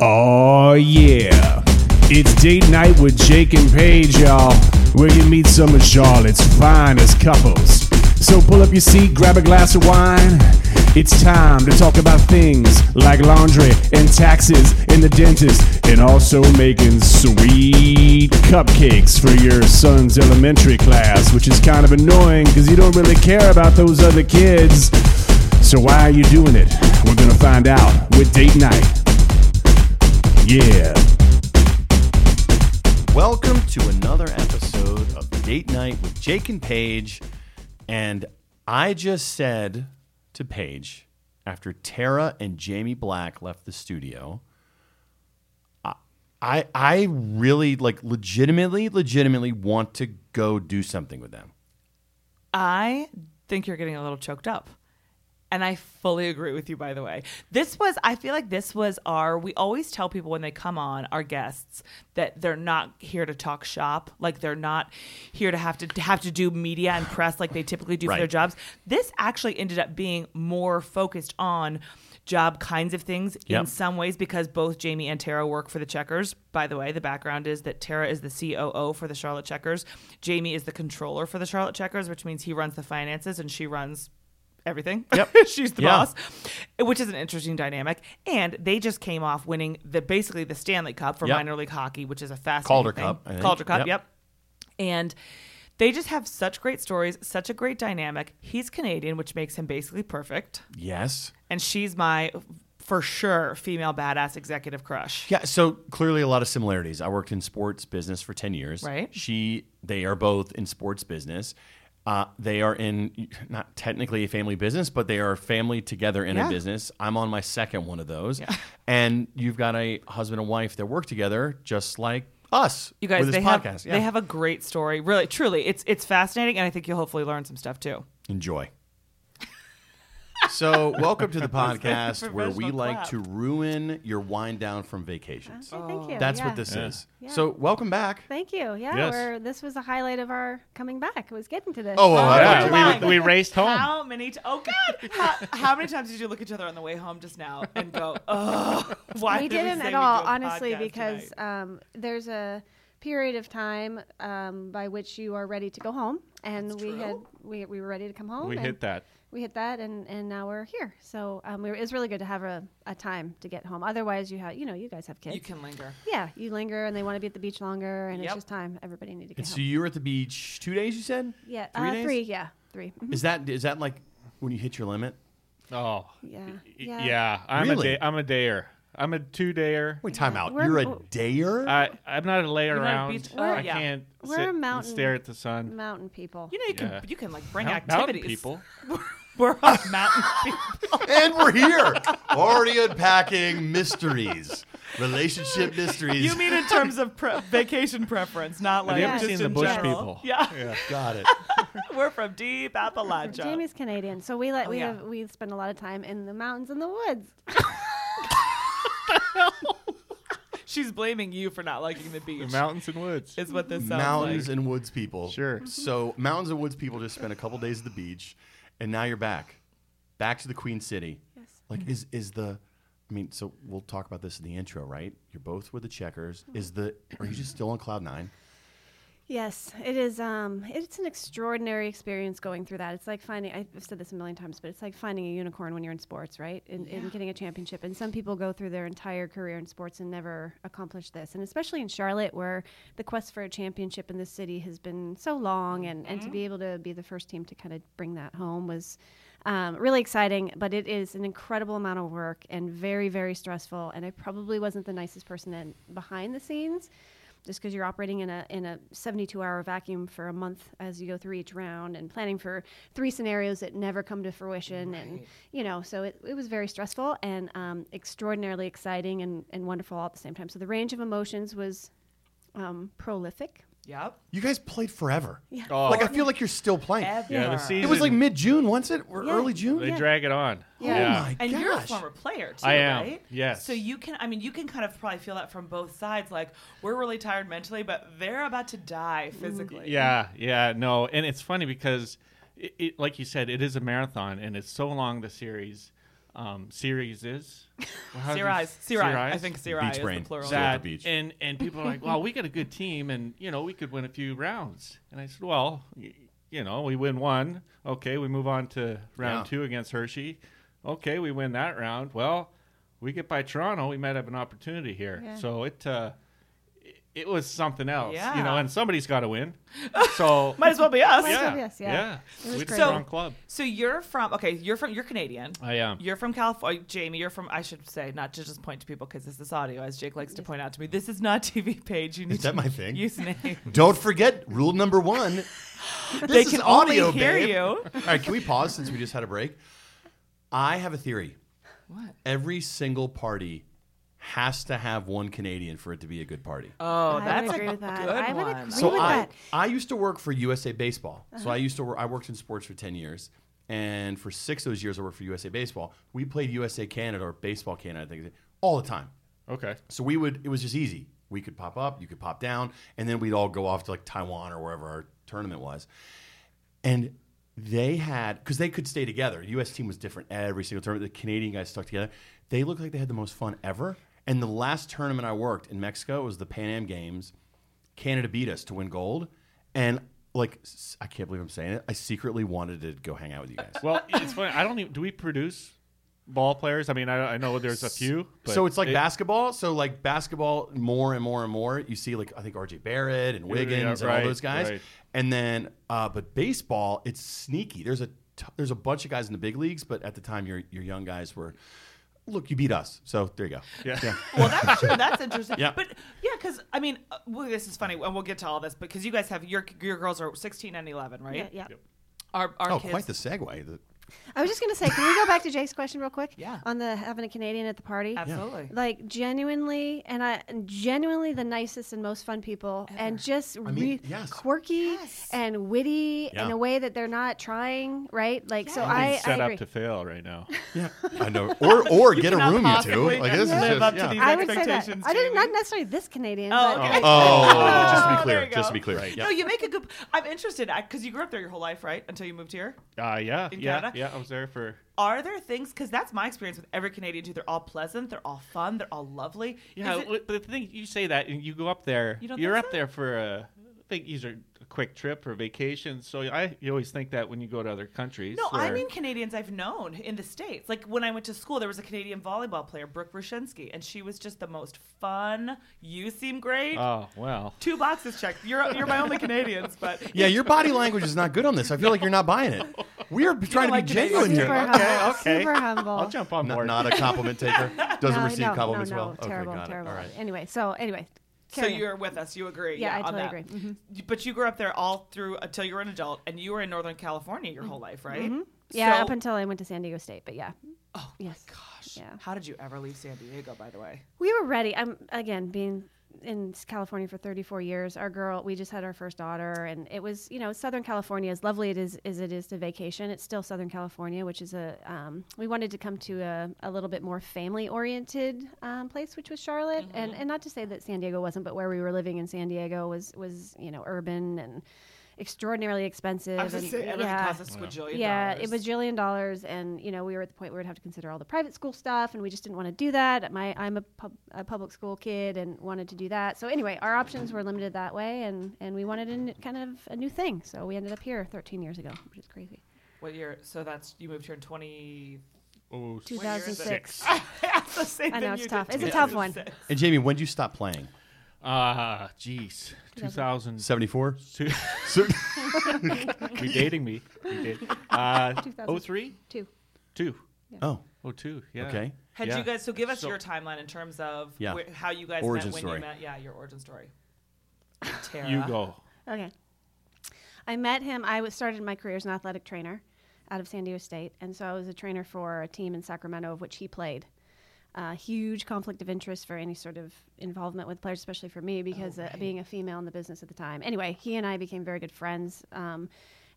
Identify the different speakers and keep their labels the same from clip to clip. Speaker 1: Oh yeah. It's date night with Jake and Paige, y'all, where you meet some of Charlotte's finest couples. So pull up your seat, grab a glass of wine. It's time to talk about things like laundry and taxes and the dentist, and also making sweet cupcakes for your son's elementary class, which is kind of annoying because you don't really care about those other kids. So why are you doing it? We're gonna find out with date night. Yeah.
Speaker 2: Welcome to another episode of Date Night with Jake and Paige. And I just said to Paige, after Tara and Jamie Black left the studio, I, I I really like legitimately, legitimately want to go do something with them.
Speaker 3: I think you're getting a little choked up. And I fully agree with you, by the way. This was, I feel like this was our, we always tell people when they come on, our guests, that they're not here to talk shop. Like they're not here to have to, to have to do media and press like they typically do
Speaker 2: Right.
Speaker 3: for their jobs. This actually ended up being more focused on job kinds of things
Speaker 2: Yep.
Speaker 3: in some ways because both Jamie and Tara work for the Checkers. By the way, the background is that Tara is the COO for the Charlotte Checkers. Jamie is the controller for the Charlotte Checkers, which means he runs the finances and she runs everything.
Speaker 2: Yep.
Speaker 3: She's the
Speaker 2: Yeah.
Speaker 3: boss, which is an interesting dynamic. And they just came off winning the basically the Stanley Cup for
Speaker 2: Yep.
Speaker 3: minor league hockey, which is a fascinating
Speaker 2: Calder
Speaker 3: thing.
Speaker 2: Cup, I think.
Speaker 3: Calder Cup.
Speaker 2: Yep.
Speaker 3: yep. And they just have such great stories, such a great dynamic. He's Canadian, which makes him basically perfect
Speaker 2: Yes.
Speaker 3: and she's my for sure female badass executive crush.
Speaker 2: Yeah, so clearly a lot of similarities. I worked in sports business for 10 years.
Speaker 3: Right.
Speaker 2: She, they are both in sports business. Uh, they are in not technically a family business, but they are family together in a
Speaker 3: Yeah.
Speaker 2: business. I'm on my second one of those. And you've got a husband and wife that work together just like us
Speaker 3: You guys,
Speaker 2: with
Speaker 3: they
Speaker 2: this
Speaker 3: have
Speaker 2: podcast.
Speaker 3: they have a great story. Really, truly, it's it's fascinating, and I think you'll hopefully learn some stuff too.
Speaker 2: Enjoy. so, welcome to the podcast where we
Speaker 3: professional
Speaker 2: like
Speaker 3: clap. Oh,
Speaker 2: to ruin your wind down from vacations.
Speaker 4: Yeah, thank you.
Speaker 2: That's what
Speaker 4: Oh, Yeah.
Speaker 2: this is.
Speaker 4: Yeah.
Speaker 2: So, welcome back.
Speaker 4: Thank you. Yeah,
Speaker 5: Yes.
Speaker 4: we're, this was a highlight of our coming back. It was getting to this. Um,
Speaker 2: Oh, well, I
Speaker 3: Yeah,
Speaker 2: thought you-
Speaker 3: we- Wow.
Speaker 5: we, we raced home.
Speaker 3: How many? T- oh God! How, how many times did you look at each other on the way home just now and go, "Oh, why
Speaker 4: we
Speaker 3: did
Speaker 4: didn't
Speaker 3: say
Speaker 4: at
Speaker 3: we'd
Speaker 4: all,
Speaker 3: do a
Speaker 4: honestly,
Speaker 3: podcast
Speaker 4: because
Speaker 3: tonight?"
Speaker 4: um, there's a period of time um, by which you are ready to go home, and we had we, we were ready to come home.
Speaker 5: We
Speaker 4: and
Speaker 5: hit that.
Speaker 4: We hit that, and, and now we're here. So um, we were, it was really good to have a, a time to get home. Otherwise, you have you know you guys have kids.
Speaker 3: you can linger.
Speaker 4: yeah, you linger, and they want to be at the beach longer, and
Speaker 3: Yep.
Speaker 4: it's just time. Everybody need to
Speaker 2: And
Speaker 4: get
Speaker 2: so
Speaker 4: home.
Speaker 2: you were at the beach two days, you said?
Speaker 4: Yeah,
Speaker 2: Three
Speaker 4: uh,
Speaker 2: days?
Speaker 4: three. Yeah, 3 Mhm.
Speaker 2: Is that is that like when you hit your limit?
Speaker 5: Oh,
Speaker 4: Yeah,
Speaker 5: yeah.
Speaker 4: yeah.
Speaker 5: I'm
Speaker 2: Really?
Speaker 5: a day. I'm a dayer. I'm a two dayer.
Speaker 2: Wait, time out.
Speaker 4: We're-
Speaker 2: You're a
Speaker 4: oh.
Speaker 2: dayer?
Speaker 5: I I'm not a
Speaker 3: You're
Speaker 5: layer
Speaker 3: not a
Speaker 5: around.
Speaker 3: beach-
Speaker 4: We're-
Speaker 5: I
Speaker 3: yeah.
Speaker 5: can't
Speaker 4: We're
Speaker 5: sit
Speaker 4: a
Speaker 5: and
Speaker 4: mountain-
Speaker 5: stare at the sun.
Speaker 4: Mountain people.
Speaker 3: You know, you can
Speaker 5: Yeah.
Speaker 3: you can like bring
Speaker 5: Mount- mountain
Speaker 3: activities.
Speaker 5: people.
Speaker 3: We're on mountain people.
Speaker 2: and we're here. Already unpacking mysteries. Relationship mysteries.
Speaker 3: You mean in terms of pre- vacation preference, not like
Speaker 5: you
Speaker 4: ever
Speaker 3: just
Speaker 5: seen the
Speaker 3: in
Speaker 5: bush
Speaker 3: general.
Speaker 5: people?
Speaker 3: Yeah.
Speaker 2: Got it.
Speaker 3: we're from deep Appalachia.
Speaker 4: Jamie's Canadian, so we let we
Speaker 3: yeah.
Speaker 4: have, we spend a lot of time in the mountains and the woods.
Speaker 3: She's blaming you for not liking the beach.
Speaker 5: The mountains and woods.
Speaker 3: is what this sounds
Speaker 2: Mountains
Speaker 3: like.
Speaker 2: and woods people.
Speaker 5: Sure.
Speaker 2: So mountains and woods people just spent a couple days at the beach, and now you're back, back to the Queen City.
Speaker 4: Yes.
Speaker 2: Like is is the, I mean, so we'll talk about this in the intro, right? You're both with the Checkers. Is the are you just still on cloud nine?
Speaker 4: Yes, it is. Um, it's an extraordinary experience going through that. It's like finding. I've said this a million times, but it's like finding a unicorn when you're in sports, right? And, and getting a championship. And some people go through their entire career in sports and never accomplish this. And especially in Charlotte, where the quest for a championship in this city has been so long, and and to be able to be the first team to kind of bring that home was. Um, really exciting, but it is an incredible amount of work and very, very stressful. And I probably wasn't the nicest person in, behind the scenes, just because you're operating in a in a 72 hour vacuum for a month as you go through each round and planning for three scenarios that never come to fruition and you know so it, it was very stressful and um, extraordinarily exciting and, and wonderful all at the same time so the range of emotions was um, prolific
Speaker 3: Yep.
Speaker 2: You guys played forever. Yeah.
Speaker 5: Oh.
Speaker 2: Like I feel like you're still playing.
Speaker 5: yeah, the season.
Speaker 2: It was like mid June, wasn't it? Or
Speaker 4: Yeah.
Speaker 2: early June?
Speaker 5: they drag it on.
Speaker 2: Oh my
Speaker 3: And
Speaker 2: gosh.
Speaker 3: you're a former player too,
Speaker 5: I am,
Speaker 3: right?
Speaker 5: yes.
Speaker 3: So you can, I mean, you can kind of probably feel that from both sides. Like we're really tired mentally, but they're about to die physically.
Speaker 5: Yeah, yeah, no, and it's funny because, it, it, like you said, it is a marathon, and it's so long the series um, series is. Well, how do you-
Speaker 3: Sirai, Sirai. I
Speaker 5: Series?
Speaker 3: think Sirai
Speaker 2: Beach
Speaker 3: is
Speaker 2: brain.
Speaker 3: the plural.
Speaker 2: Zach.
Speaker 5: that
Speaker 2: at the beach.
Speaker 5: and and people are like, "Well, we got a good team, and you know we could win a few rounds." And I said, "Well, y- you know, we win one. Okay, we move on to round
Speaker 2: Yeah.
Speaker 5: two against Hershey. Okay, we win that round. Well, we get by Toronto, we might have an opportunity here.
Speaker 4: Yeah.
Speaker 5: So it." Uh, it- it was something else, you know,
Speaker 3: Yeah.
Speaker 5: and somebody's got to win. So
Speaker 3: Might as well be us.
Speaker 4: Might as well
Speaker 5: yeah,
Speaker 4: be us, yeah. It was
Speaker 5: we're a
Speaker 4: great.
Speaker 5: strong
Speaker 3: So-
Speaker 5: club.
Speaker 3: So you're from okay. You're from you're Canadian.
Speaker 5: I am.
Speaker 3: You're from California, Jamie. You're from I should say not to just point to people because this is audio, as Jake likes to point out to me. This is not TV page. You need
Speaker 2: that
Speaker 3: to
Speaker 2: my thing?
Speaker 3: Use name.
Speaker 2: Don't forget rule number one. This
Speaker 3: they
Speaker 2: is
Speaker 3: can
Speaker 2: audio,
Speaker 3: only hear
Speaker 2: babe.
Speaker 3: you.
Speaker 2: All right, can we pause since we just had a break? I have a theory.
Speaker 3: What?
Speaker 2: Every single party has to have one Canadian for it to be a good party.
Speaker 3: Oh,
Speaker 4: I
Speaker 3: that's
Speaker 4: would agree
Speaker 3: a
Speaker 4: with that.
Speaker 3: good
Speaker 4: I would
Speaker 3: one.
Speaker 4: agree
Speaker 2: so
Speaker 4: with
Speaker 2: I
Speaker 4: that. Uh-huh.
Speaker 2: I used to work for USA Baseball. So I used to work, I worked in sports for 10 years. And for 6 of those years I worked for USA Baseball. We played USA Canada or Baseball Canada I think all the time.
Speaker 5: Okay.
Speaker 2: So we would, it was just easy. We could pop up, you could pop down, and then we'd all go off to like Taiwan or wherever our tournament was. And they had, because they could stay together. U.S. team was different every single tournament. The Canadian guys stuck together. They looked like they had the most fun ever. And the last tournament I worked in Mexico was the Pan Am Games. Canada beat us to win gold. And like, s- I can't believe I'm saying it. I secretly wanted to go hang out with you guys.
Speaker 5: Well, it's funny. I don't even. Do we produce ball players? I mean, I, I know there's a few. But
Speaker 2: so it's like
Speaker 5: it-
Speaker 2: basketball. So like basketball, more and more and more, you see like I think RJ Barrett and Wiggins and
Speaker 5: right,
Speaker 2: all those guys.
Speaker 5: right.
Speaker 2: And then, uh, but baseball, it's sneaky. There's a t- there's a bunch of guys in the big leagues, but at the time, your your young guys were, look, you beat us, so there you go.
Speaker 5: Yeah.
Speaker 3: well, that's true. That's interesting.
Speaker 2: Yeah.
Speaker 3: But yeah, because I mean, uh, well, this is funny, and we'll get to all this because you guys have your your girls are 16 and 11, right?
Speaker 4: Yeah, yeah.
Speaker 3: Our our
Speaker 2: Oh,
Speaker 3: kids.
Speaker 2: quite the segue. The-
Speaker 4: I was just gonna say, can we go back to Jake's question real quick?
Speaker 3: Yeah.
Speaker 4: On the having a Canadian at the party.
Speaker 3: Absolutely.
Speaker 4: Like genuinely, and I genuinely the nicest and most fun people, and just
Speaker 2: mean,
Speaker 4: re-
Speaker 2: yes.
Speaker 4: quirky
Speaker 3: Yes.
Speaker 4: and witty in
Speaker 2: Yeah.
Speaker 4: a way that they're not trying, right? Like, so
Speaker 5: Everything's
Speaker 4: I,
Speaker 5: set
Speaker 4: I
Speaker 5: up
Speaker 4: agree.
Speaker 5: to fail right now.
Speaker 2: yeah, I know. Or or get a
Speaker 3: cannot
Speaker 2: room, you two.
Speaker 3: possibly
Speaker 2: Like this
Speaker 3: live
Speaker 2: is
Speaker 3: up
Speaker 2: just. Yeah.
Speaker 3: to these
Speaker 4: I would say that.
Speaker 3: expectations,
Speaker 4: I did not
Speaker 3: Jamie.
Speaker 4: necessarily this Canadian.
Speaker 3: Oh,
Speaker 4: but-
Speaker 3: okay.
Speaker 2: Oh, just to
Speaker 3: Oh,
Speaker 2: be
Speaker 3: there
Speaker 2: clear,
Speaker 3: you
Speaker 2: just
Speaker 3: go.
Speaker 2: to be clear. Yeah.
Speaker 3: No, you make a good. I'm interested because you grew up there your whole life, right? Until you moved here.
Speaker 5: Uh, yeah,
Speaker 3: In
Speaker 5: yeah,
Speaker 3: Canada?
Speaker 5: yeah. I was there for.
Speaker 3: Are there things? Because that's my experience with every Canadian too. They're all pleasant. They're all fun. They're all lovely.
Speaker 5: Yeah,
Speaker 3: Is it-
Speaker 5: w- but the thing you say that and you go up there,
Speaker 3: You don't
Speaker 5: are
Speaker 3: think
Speaker 5: up
Speaker 3: so?
Speaker 5: there for a. I think these are a quick trip or vacation. So I, you always think that when you go to other countries.
Speaker 3: No, I
Speaker 5: where-
Speaker 3: mean Canadians I've known in the States. Like when I went to school, there was a Canadian volleyball player, Brooke Rushinsky, and she was just the most fun. You seem great.
Speaker 5: Oh well.
Speaker 3: Two boxes checked. You're you're my only Canadians, but
Speaker 2: Yeah, your body language is not good on this. I feel like you're not buying it. We are trying to
Speaker 3: like
Speaker 2: be
Speaker 3: to
Speaker 2: genuine
Speaker 3: be
Speaker 2: here.
Speaker 4: Super humble.
Speaker 5: okay.
Speaker 4: Super humble.
Speaker 5: I'll jump on
Speaker 2: Not,
Speaker 5: board.
Speaker 2: not a compliment taker. Doesn't
Speaker 4: No,
Speaker 2: receive
Speaker 4: no,
Speaker 2: compliments
Speaker 4: no, no,
Speaker 2: well.
Speaker 4: Terrible,
Speaker 2: okay, got
Speaker 4: terrible.
Speaker 2: It. All right.
Speaker 4: Anyway, so anyway,
Speaker 3: so
Speaker 4: carry on.
Speaker 3: you're with us. You agree?
Speaker 4: Yeah, I
Speaker 3: on
Speaker 4: totally
Speaker 3: that. Mm-hmm.
Speaker 4: agree. Mm-hmm.
Speaker 3: Y- But you grew up there all through until you were an adult, and you were in Northern California your whole life, right?
Speaker 4: Mm-hmm. yeah
Speaker 3: So-
Speaker 4: up until I went to San Diego State, but yeah.
Speaker 3: Oh,
Speaker 4: yes.
Speaker 3: gosh.
Speaker 4: Yeah.
Speaker 3: How did you ever leave San Diego? By the way.
Speaker 4: We were ready. I'm again being in California for 34 years. Our girl, we just had our first daughter, and it was you know Southern California. As lovely it is as it is to vacation, it's still Southern California, which is a um, we wanted to come to a, a little bit more family oriented um, place, which was Charlotte,
Speaker 3: Mm-hmm.
Speaker 4: and and not to say that San Diego wasn't, but where we were living in San Diego was was you know urban and extraordinarily expensive.
Speaker 3: I was going
Speaker 4: and-
Speaker 3: to say everything
Speaker 4: yeah.
Speaker 3: costs a squajillion
Speaker 4: Yeah,
Speaker 3: dollars.
Speaker 4: it was jillion dollars, and you know we were at the point where we'd have to consider all the private school stuff, and we just didn't want to do that. My I'm a, pub, a public school kid and wanted to do that. So anyway, our options were limited that way, and and we wanted a n- kind of a new thing. So we ended up here 13 years ago, which is crazy.
Speaker 3: What year? So that's you moved here in 20.
Speaker 5: Oh,
Speaker 3: What year is it?
Speaker 4: 2006.
Speaker 3: That's the same
Speaker 4: I know,
Speaker 3: thing
Speaker 4: it's
Speaker 3: you
Speaker 4: tough.
Speaker 3: did
Speaker 4: It's a tough one.
Speaker 3: 2006.
Speaker 2: And Jamie, when did you stop playing?
Speaker 5: Ah, jeez. 2002.
Speaker 2: 74?
Speaker 5: you dating me. You date. Uh,
Speaker 4: 2000.
Speaker 5: 03?
Speaker 4: Two.
Speaker 5: 2.
Speaker 2: Oh,
Speaker 5: 02, yeah.
Speaker 2: okay.
Speaker 3: Had
Speaker 5: Yeah.
Speaker 3: you guys so give us
Speaker 5: So-
Speaker 3: your timeline in terms of
Speaker 2: Yeah.
Speaker 3: wh- how you guys
Speaker 2: Origin
Speaker 3: met when
Speaker 2: story.
Speaker 3: you met? Yeah, your origin story. Tara.
Speaker 5: You go.
Speaker 4: Okay. I met him. I was started my career as an athletic trainer out of San Diego State, and so I was a trainer for a team in Sacramento of which he played. Uh, huge conflict of interest for any sort of involvement with players, especially for me because uh, being a female in the business at the time. Anyway, he and I became very good friends, um,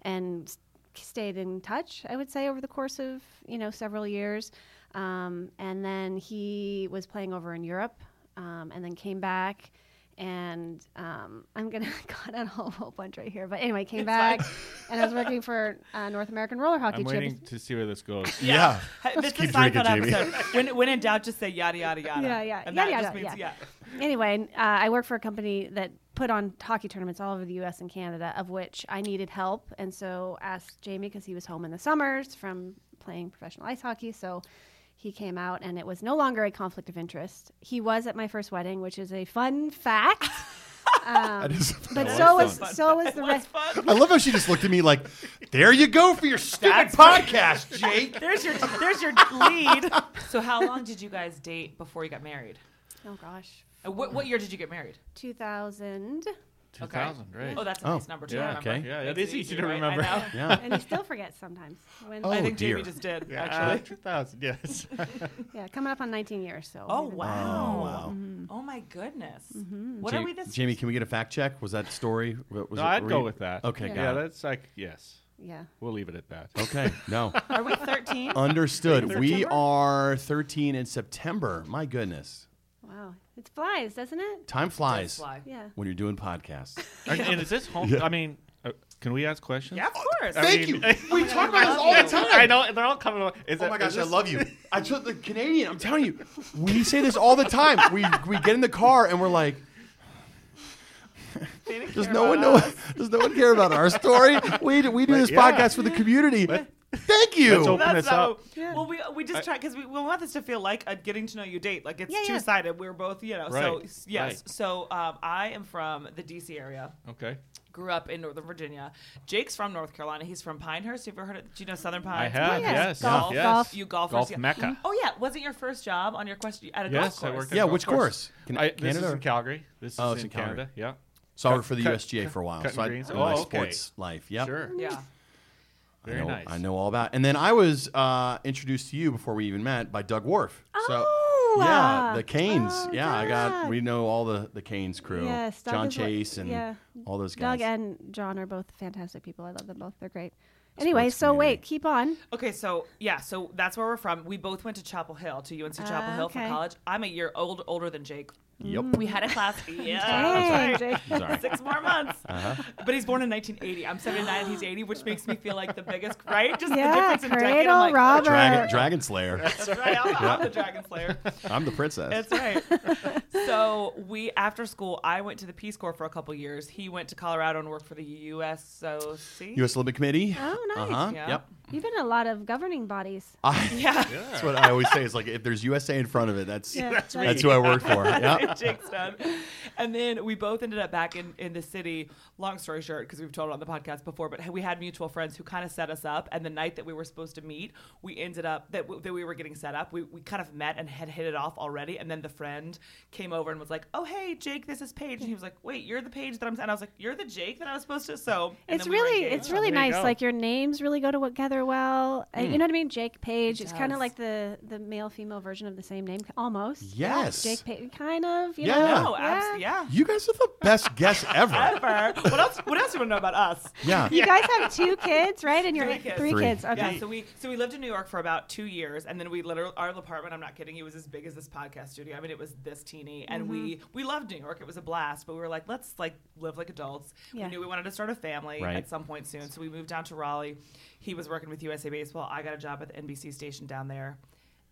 Speaker 4: and s- stayed in touch. I would say over the course of you know several years, um, and then he was playing over in Europe, um, and then came back and um, I'm gonna got out a whole, whole bunch right here. But anyway, I came back and I was working for uh, North American Roller Hockey.
Speaker 5: I'm
Speaker 4: Chip.
Speaker 5: waiting to see where this goes.
Speaker 2: Yeah.
Speaker 3: Hey, This is
Speaker 2: keep
Speaker 3: a Seinfeld
Speaker 2: drinking, Jamie.
Speaker 3: episode. When, when in doubt, just say yada, yada, yada.
Speaker 4: Yeah, yeah,
Speaker 3: And
Speaker 4: yada,
Speaker 3: that just
Speaker 4: yada,
Speaker 3: means,
Speaker 4: yeah.
Speaker 3: yeah.
Speaker 4: anyway, uh, I work for a company that put on hockey tournaments all over the U.S. and Canada, of which I needed help, and so asked Jamie because he was home in the summers from playing professional ice hockey. So he came out, and it was no longer a conflict of interest. He was at my first wedding, which is a fun fact. Um,
Speaker 2: is-
Speaker 4: but
Speaker 5: That
Speaker 4: so
Speaker 5: was
Speaker 4: was so was the rest.
Speaker 2: I love how she just looked at me like, there you go for your stupid podcast, Jake.
Speaker 3: There's your, there's your lead. So how long did you guys date before you got married?
Speaker 4: Oh gosh,
Speaker 3: Uh, What, what year did you get married?
Speaker 4: 2000,
Speaker 5: 2000, right?
Speaker 3: Oh, that's a
Speaker 2: Oh,
Speaker 3: nice number to
Speaker 5: yeah,
Speaker 3: remember.
Speaker 2: okay.
Speaker 5: Yeah,
Speaker 3: Makes
Speaker 5: it is easy to
Speaker 3: right? I
Speaker 5: remember.
Speaker 3: know.
Speaker 2: Yeah.
Speaker 4: and he still forgets sometimes. When,
Speaker 2: Oh.
Speaker 3: I think
Speaker 2: dear.
Speaker 3: Jamie just did,
Speaker 5: Yeah,
Speaker 3: actually.
Speaker 5: 2000, yes.
Speaker 4: Yeah, coming up on 19 years. So
Speaker 3: Oh,
Speaker 4: we've been-
Speaker 3: wow.
Speaker 4: Mm-hmm.
Speaker 3: Oh, my goodness. What are we this
Speaker 2: Jamie, can we get a fact check? Was that story? wa- Was
Speaker 5: No,
Speaker 2: it
Speaker 5: I'd go
Speaker 2: re-
Speaker 5: with that.
Speaker 2: Okay,
Speaker 5: yeah,
Speaker 2: got it.
Speaker 5: that's like, yes.
Speaker 4: Yeah.
Speaker 5: We'll leave it at that.
Speaker 2: Okay, no.
Speaker 3: Are we 13?
Speaker 2: Understood. We
Speaker 4: September?
Speaker 2: are 13 in September. My goodness.
Speaker 4: Wow. It flies, doesn't it?
Speaker 2: Time flies
Speaker 3: Fly.
Speaker 4: Yeah.
Speaker 2: when you're doing podcasts.
Speaker 5: And, and is this home? I mean, uh, can we ask questions?
Speaker 3: Yeah, of course.
Speaker 2: Thank you. We talk about this all the time.
Speaker 5: I know and they're all coming. along. Is
Speaker 2: Oh
Speaker 5: it-
Speaker 2: my
Speaker 5: is
Speaker 2: gosh, I
Speaker 5: this-
Speaker 2: love you. I took the Canadian. I'm telling you, we say this all the time. We we get in the car and we're like, does no one know? Does no one care about our story? We we do this
Speaker 5: yeah.
Speaker 2: podcast for the community. Thank
Speaker 5: Let's
Speaker 2: you.
Speaker 5: open
Speaker 3: That's
Speaker 5: this
Speaker 3: how.
Speaker 5: up.
Speaker 3: Well, we we just try because we, we want this to feel like a getting to know you date. Like it's
Speaker 4: Yeah, yeah.
Speaker 3: two sided. We're both, you know. So
Speaker 5: Right,
Speaker 3: s- yes.
Speaker 5: right.
Speaker 3: So um, I am from the D.C. area.
Speaker 5: Okay.
Speaker 3: Grew up in Northern Virginia. Jake's from North Carolina. He's from Pinehurst. Have you ever heard of? Do you know Southern Pines?
Speaker 5: I have,
Speaker 4: yes,
Speaker 5: yes.
Speaker 4: golf,
Speaker 5: yes.
Speaker 4: golf.
Speaker 3: You golfers,
Speaker 5: Golf
Speaker 3: yeah.
Speaker 5: mecca.
Speaker 3: Oh yeah. Was it your first job on your quest at a golf
Speaker 5: Yes, I
Speaker 3: course?
Speaker 5: worked at
Speaker 2: Yeah,
Speaker 5: a golf
Speaker 2: which course? Can-
Speaker 5: I, this
Speaker 2: Canada
Speaker 5: is
Speaker 2: or-
Speaker 5: in Calgary. This
Speaker 2: Oh,
Speaker 5: is
Speaker 2: it's
Speaker 5: in
Speaker 2: in Calgary.
Speaker 5: Canada. Yeah.
Speaker 2: So I
Speaker 5: Cut-
Speaker 2: worted for the
Speaker 5: cut-
Speaker 2: USGA for a while.
Speaker 5: cut
Speaker 2: So I,
Speaker 5: and greens.
Speaker 2: in my
Speaker 5: Oh, okay.
Speaker 2: sports life. Yep.
Speaker 5: Sure.
Speaker 3: yeah.
Speaker 5: Very
Speaker 2: I know,
Speaker 5: nice.
Speaker 2: I know all about. And then I was uh, introduced to you before we even met by Doug Worf. So
Speaker 4: Oh,
Speaker 2: yeah,
Speaker 4: uh,
Speaker 2: the Canes.
Speaker 4: oh,
Speaker 2: yeah, I got.
Speaker 4: Doug.
Speaker 2: We know all the the Canes crew.
Speaker 4: Yes, Doug
Speaker 2: John
Speaker 4: is what-
Speaker 2: Chase and
Speaker 4: yeah.
Speaker 2: all those guys.
Speaker 4: Doug and John are both fantastic people. I love them both. They're great. Anyway, so wait,
Speaker 2: community.
Speaker 4: keep on.
Speaker 3: Okay, so yeah, so that's where we're from. We both went to Chapel Hill, to UNC Chapel
Speaker 4: Ah,
Speaker 3: Hill for
Speaker 4: okay.
Speaker 3: college. I'm a year old older than Jake.
Speaker 2: yep.
Speaker 3: We had a class. Yeah.
Speaker 4: Hey,
Speaker 3: Uh, Sorry.
Speaker 4: Jake.
Speaker 2: Sorry.
Speaker 3: Six more months. But he's born in 1980. I'm 79, he's 80, which makes me feel like the biggest, right? Just
Speaker 4: Yeah,
Speaker 3: the difference in decade. I'm
Speaker 4: Cradle
Speaker 3: like,
Speaker 4: Robert.
Speaker 2: Dragon, Dragon Slayer.
Speaker 3: That's right. I'm, I'm the Dragon Slayer.
Speaker 2: I'm the princess.
Speaker 3: That's right. so we, after school, I went to the Peace Corps for a couple years. He went to Colorado and worked for the USOC.
Speaker 2: U.S. Olympic Committee.
Speaker 4: Oh, nice.
Speaker 2: Uh-huh.
Speaker 3: Yeah.
Speaker 2: Yep.
Speaker 4: You've been in a lot of governing bodies.
Speaker 2: I,
Speaker 3: yeah.
Speaker 2: That's what I always say. Is like if there's USA in front of it, that's
Speaker 4: Yeah,
Speaker 2: that's,
Speaker 4: that's me.
Speaker 2: who I work for.
Speaker 3: and
Speaker 2: Yep.
Speaker 3: Jake's done. And then we both ended up back in, in the city. Long story short, because we've told it on the podcast before, but we had mutual friends who kind of set us up. And the night that we were supposed to meet, we ended up that, w- that we were getting set up. We, we kind of met and had hit it off already. And then the friend came over and was like, "Oh hey, Jake, this is Paige." And he was like, "Wait, you're the Paige that I'm." And I was like, "You're the Jake that I was supposed to." So and
Speaker 4: it's
Speaker 3: then we were
Speaker 4: really,
Speaker 3: engaged.
Speaker 4: it's really
Speaker 5: there
Speaker 4: nice.
Speaker 5: you go. Hmm.
Speaker 4: Like your names really go together well. Uh, you know what I mean? Jake Page. it's kind
Speaker 3: does.
Speaker 4: of like the the male female version of the same name, almost.
Speaker 2: Yes.
Speaker 4: Jake Page, kind of. You
Speaker 2: Yeah.
Speaker 4: Know?
Speaker 3: no, Oh, abs- yeah.
Speaker 2: You guys are the best guests ever.
Speaker 3: Ever. What else? What else do you want to know about us?
Speaker 2: Yeah.
Speaker 4: You guys have two kids, right? And you're
Speaker 3: Three kids.
Speaker 4: three
Speaker 2: Three.
Speaker 4: kids. Okay.
Speaker 3: Yeah, so we so we lived in New York for about two years, and then we literally our apartment. I'm not kidding. It was as big as this podcast studio. I mean, it was this teeny, and we
Speaker 4: Mm-hmm.
Speaker 3: we loved New York. It was a blast, but we were like, let's like live like adults.
Speaker 4: Yeah.
Speaker 3: We knew we wanted to start a family
Speaker 2: Right.
Speaker 3: at some point soon, so we moved down to Raleigh. He was working with USA Baseball. I got a job at the NBC station down there,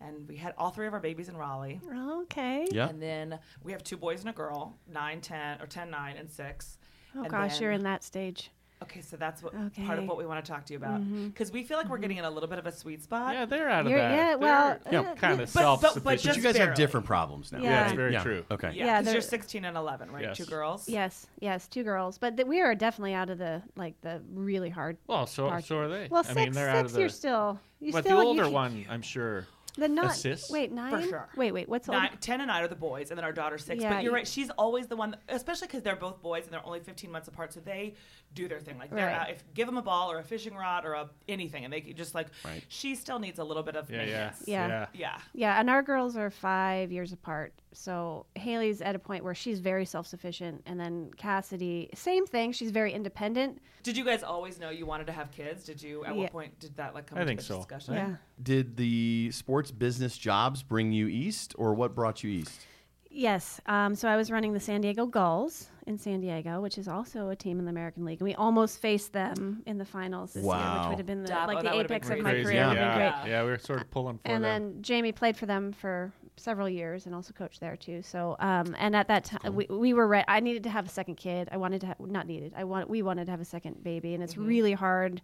Speaker 3: and we had all three of our babies in Raleigh.
Speaker 4: Oh, Okay.
Speaker 2: Yeah.
Speaker 3: And then we have two boys and a girl, nine, ten, or ten, nine, and six.
Speaker 4: Oh
Speaker 3: And
Speaker 4: gosh,
Speaker 3: then-
Speaker 4: you're in that stage.
Speaker 3: Okay, so that's what part
Speaker 4: Okay. Mm-hmm.
Speaker 3: of what we want to talk to you about because we feel like we're getting in a little bit of a sweet spot.
Speaker 5: Yeah, they're out of
Speaker 4: You're-
Speaker 5: that.
Speaker 4: yeah, well,
Speaker 5: they're
Speaker 4: uh,
Speaker 5: kind
Speaker 3: but-
Speaker 5: of
Speaker 3: but
Speaker 5: self-sufficient.
Speaker 2: But
Speaker 3: just-
Speaker 2: you guys
Speaker 3: barely.
Speaker 2: have different problems now.
Speaker 4: Yeah.
Speaker 5: yeah, it's very
Speaker 2: Yeah.
Speaker 5: true.
Speaker 2: Okay.
Speaker 3: Yeah,
Speaker 4: Yeah,
Speaker 3: because you're
Speaker 4: they're-
Speaker 3: 16 and 11, right?
Speaker 5: Yes.
Speaker 3: Two girls.
Speaker 4: Yes, yes, two girls, but th- we are definitely out of the like the really hard.
Speaker 5: Well, so
Speaker 4: part.
Speaker 5: so are they.
Speaker 4: Well,
Speaker 5: I
Speaker 4: six,
Speaker 5: mean, they're out of
Speaker 4: six,
Speaker 5: the.
Speaker 4: you're still, you
Speaker 5: but
Speaker 4: still,
Speaker 5: the
Speaker 4: you
Speaker 5: older
Speaker 4: can-
Speaker 5: one, I'm sure.
Speaker 4: the not
Speaker 5: assists?
Speaker 4: wait nine,
Speaker 3: sure.
Speaker 4: wait, wait, what's older?
Speaker 3: Nine, 10 and 9 are the boys, and then our daughter's 6.
Speaker 4: Yeah,
Speaker 3: but you're
Speaker 4: you-
Speaker 3: right. She's always the one, especially because they're both boys and they're only 15 months apart. So they do their thing. Like, they're
Speaker 4: Right.
Speaker 3: out, if give them a ball or a fishing rod or a, anything, and they can just like,
Speaker 2: Right.
Speaker 3: she still needs a little bit of
Speaker 5: Yeah, yeah,
Speaker 3: maintenance.
Speaker 4: Yeah.
Speaker 3: Yeah.
Speaker 4: Yeah, and our girls are five years apart. So Haley's at a point where she's very self sufficient, and then Cassidy, same thing. She's very independent.
Speaker 3: Did you guys always know you wanted to have kids? Did you, at
Speaker 4: Yeah.
Speaker 3: what point did that like come
Speaker 5: I
Speaker 3: into
Speaker 5: think
Speaker 3: the
Speaker 5: so.
Speaker 3: discussion?
Speaker 4: Yeah.
Speaker 2: Did the sports business jobs bring you east, or what brought you east?
Speaker 4: Yes. Um, so I was running the San Diego Gulls in San Diego, which is also a team in the American League, and we almost faced them in the finals this year,
Speaker 6: Wow.
Speaker 4: which would have been the,
Speaker 3: Dabo,
Speaker 4: like
Speaker 3: oh, that
Speaker 4: the
Speaker 3: would have been
Speaker 4: apex of
Speaker 5: Pretty
Speaker 4: my
Speaker 5: crazy,
Speaker 4: career. It
Speaker 5: Yeah.
Speaker 4: would have been great.
Speaker 5: Yeah. yeah, we were sort of pulling for
Speaker 4: and
Speaker 5: them.
Speaker 4: then Jamie played for them for several years and also coached there too. So, um, and at that time, we, we were re- I needed to have a second kid. I wanted to ha- not needed. I want we wanted to have a second baby, and it's really hard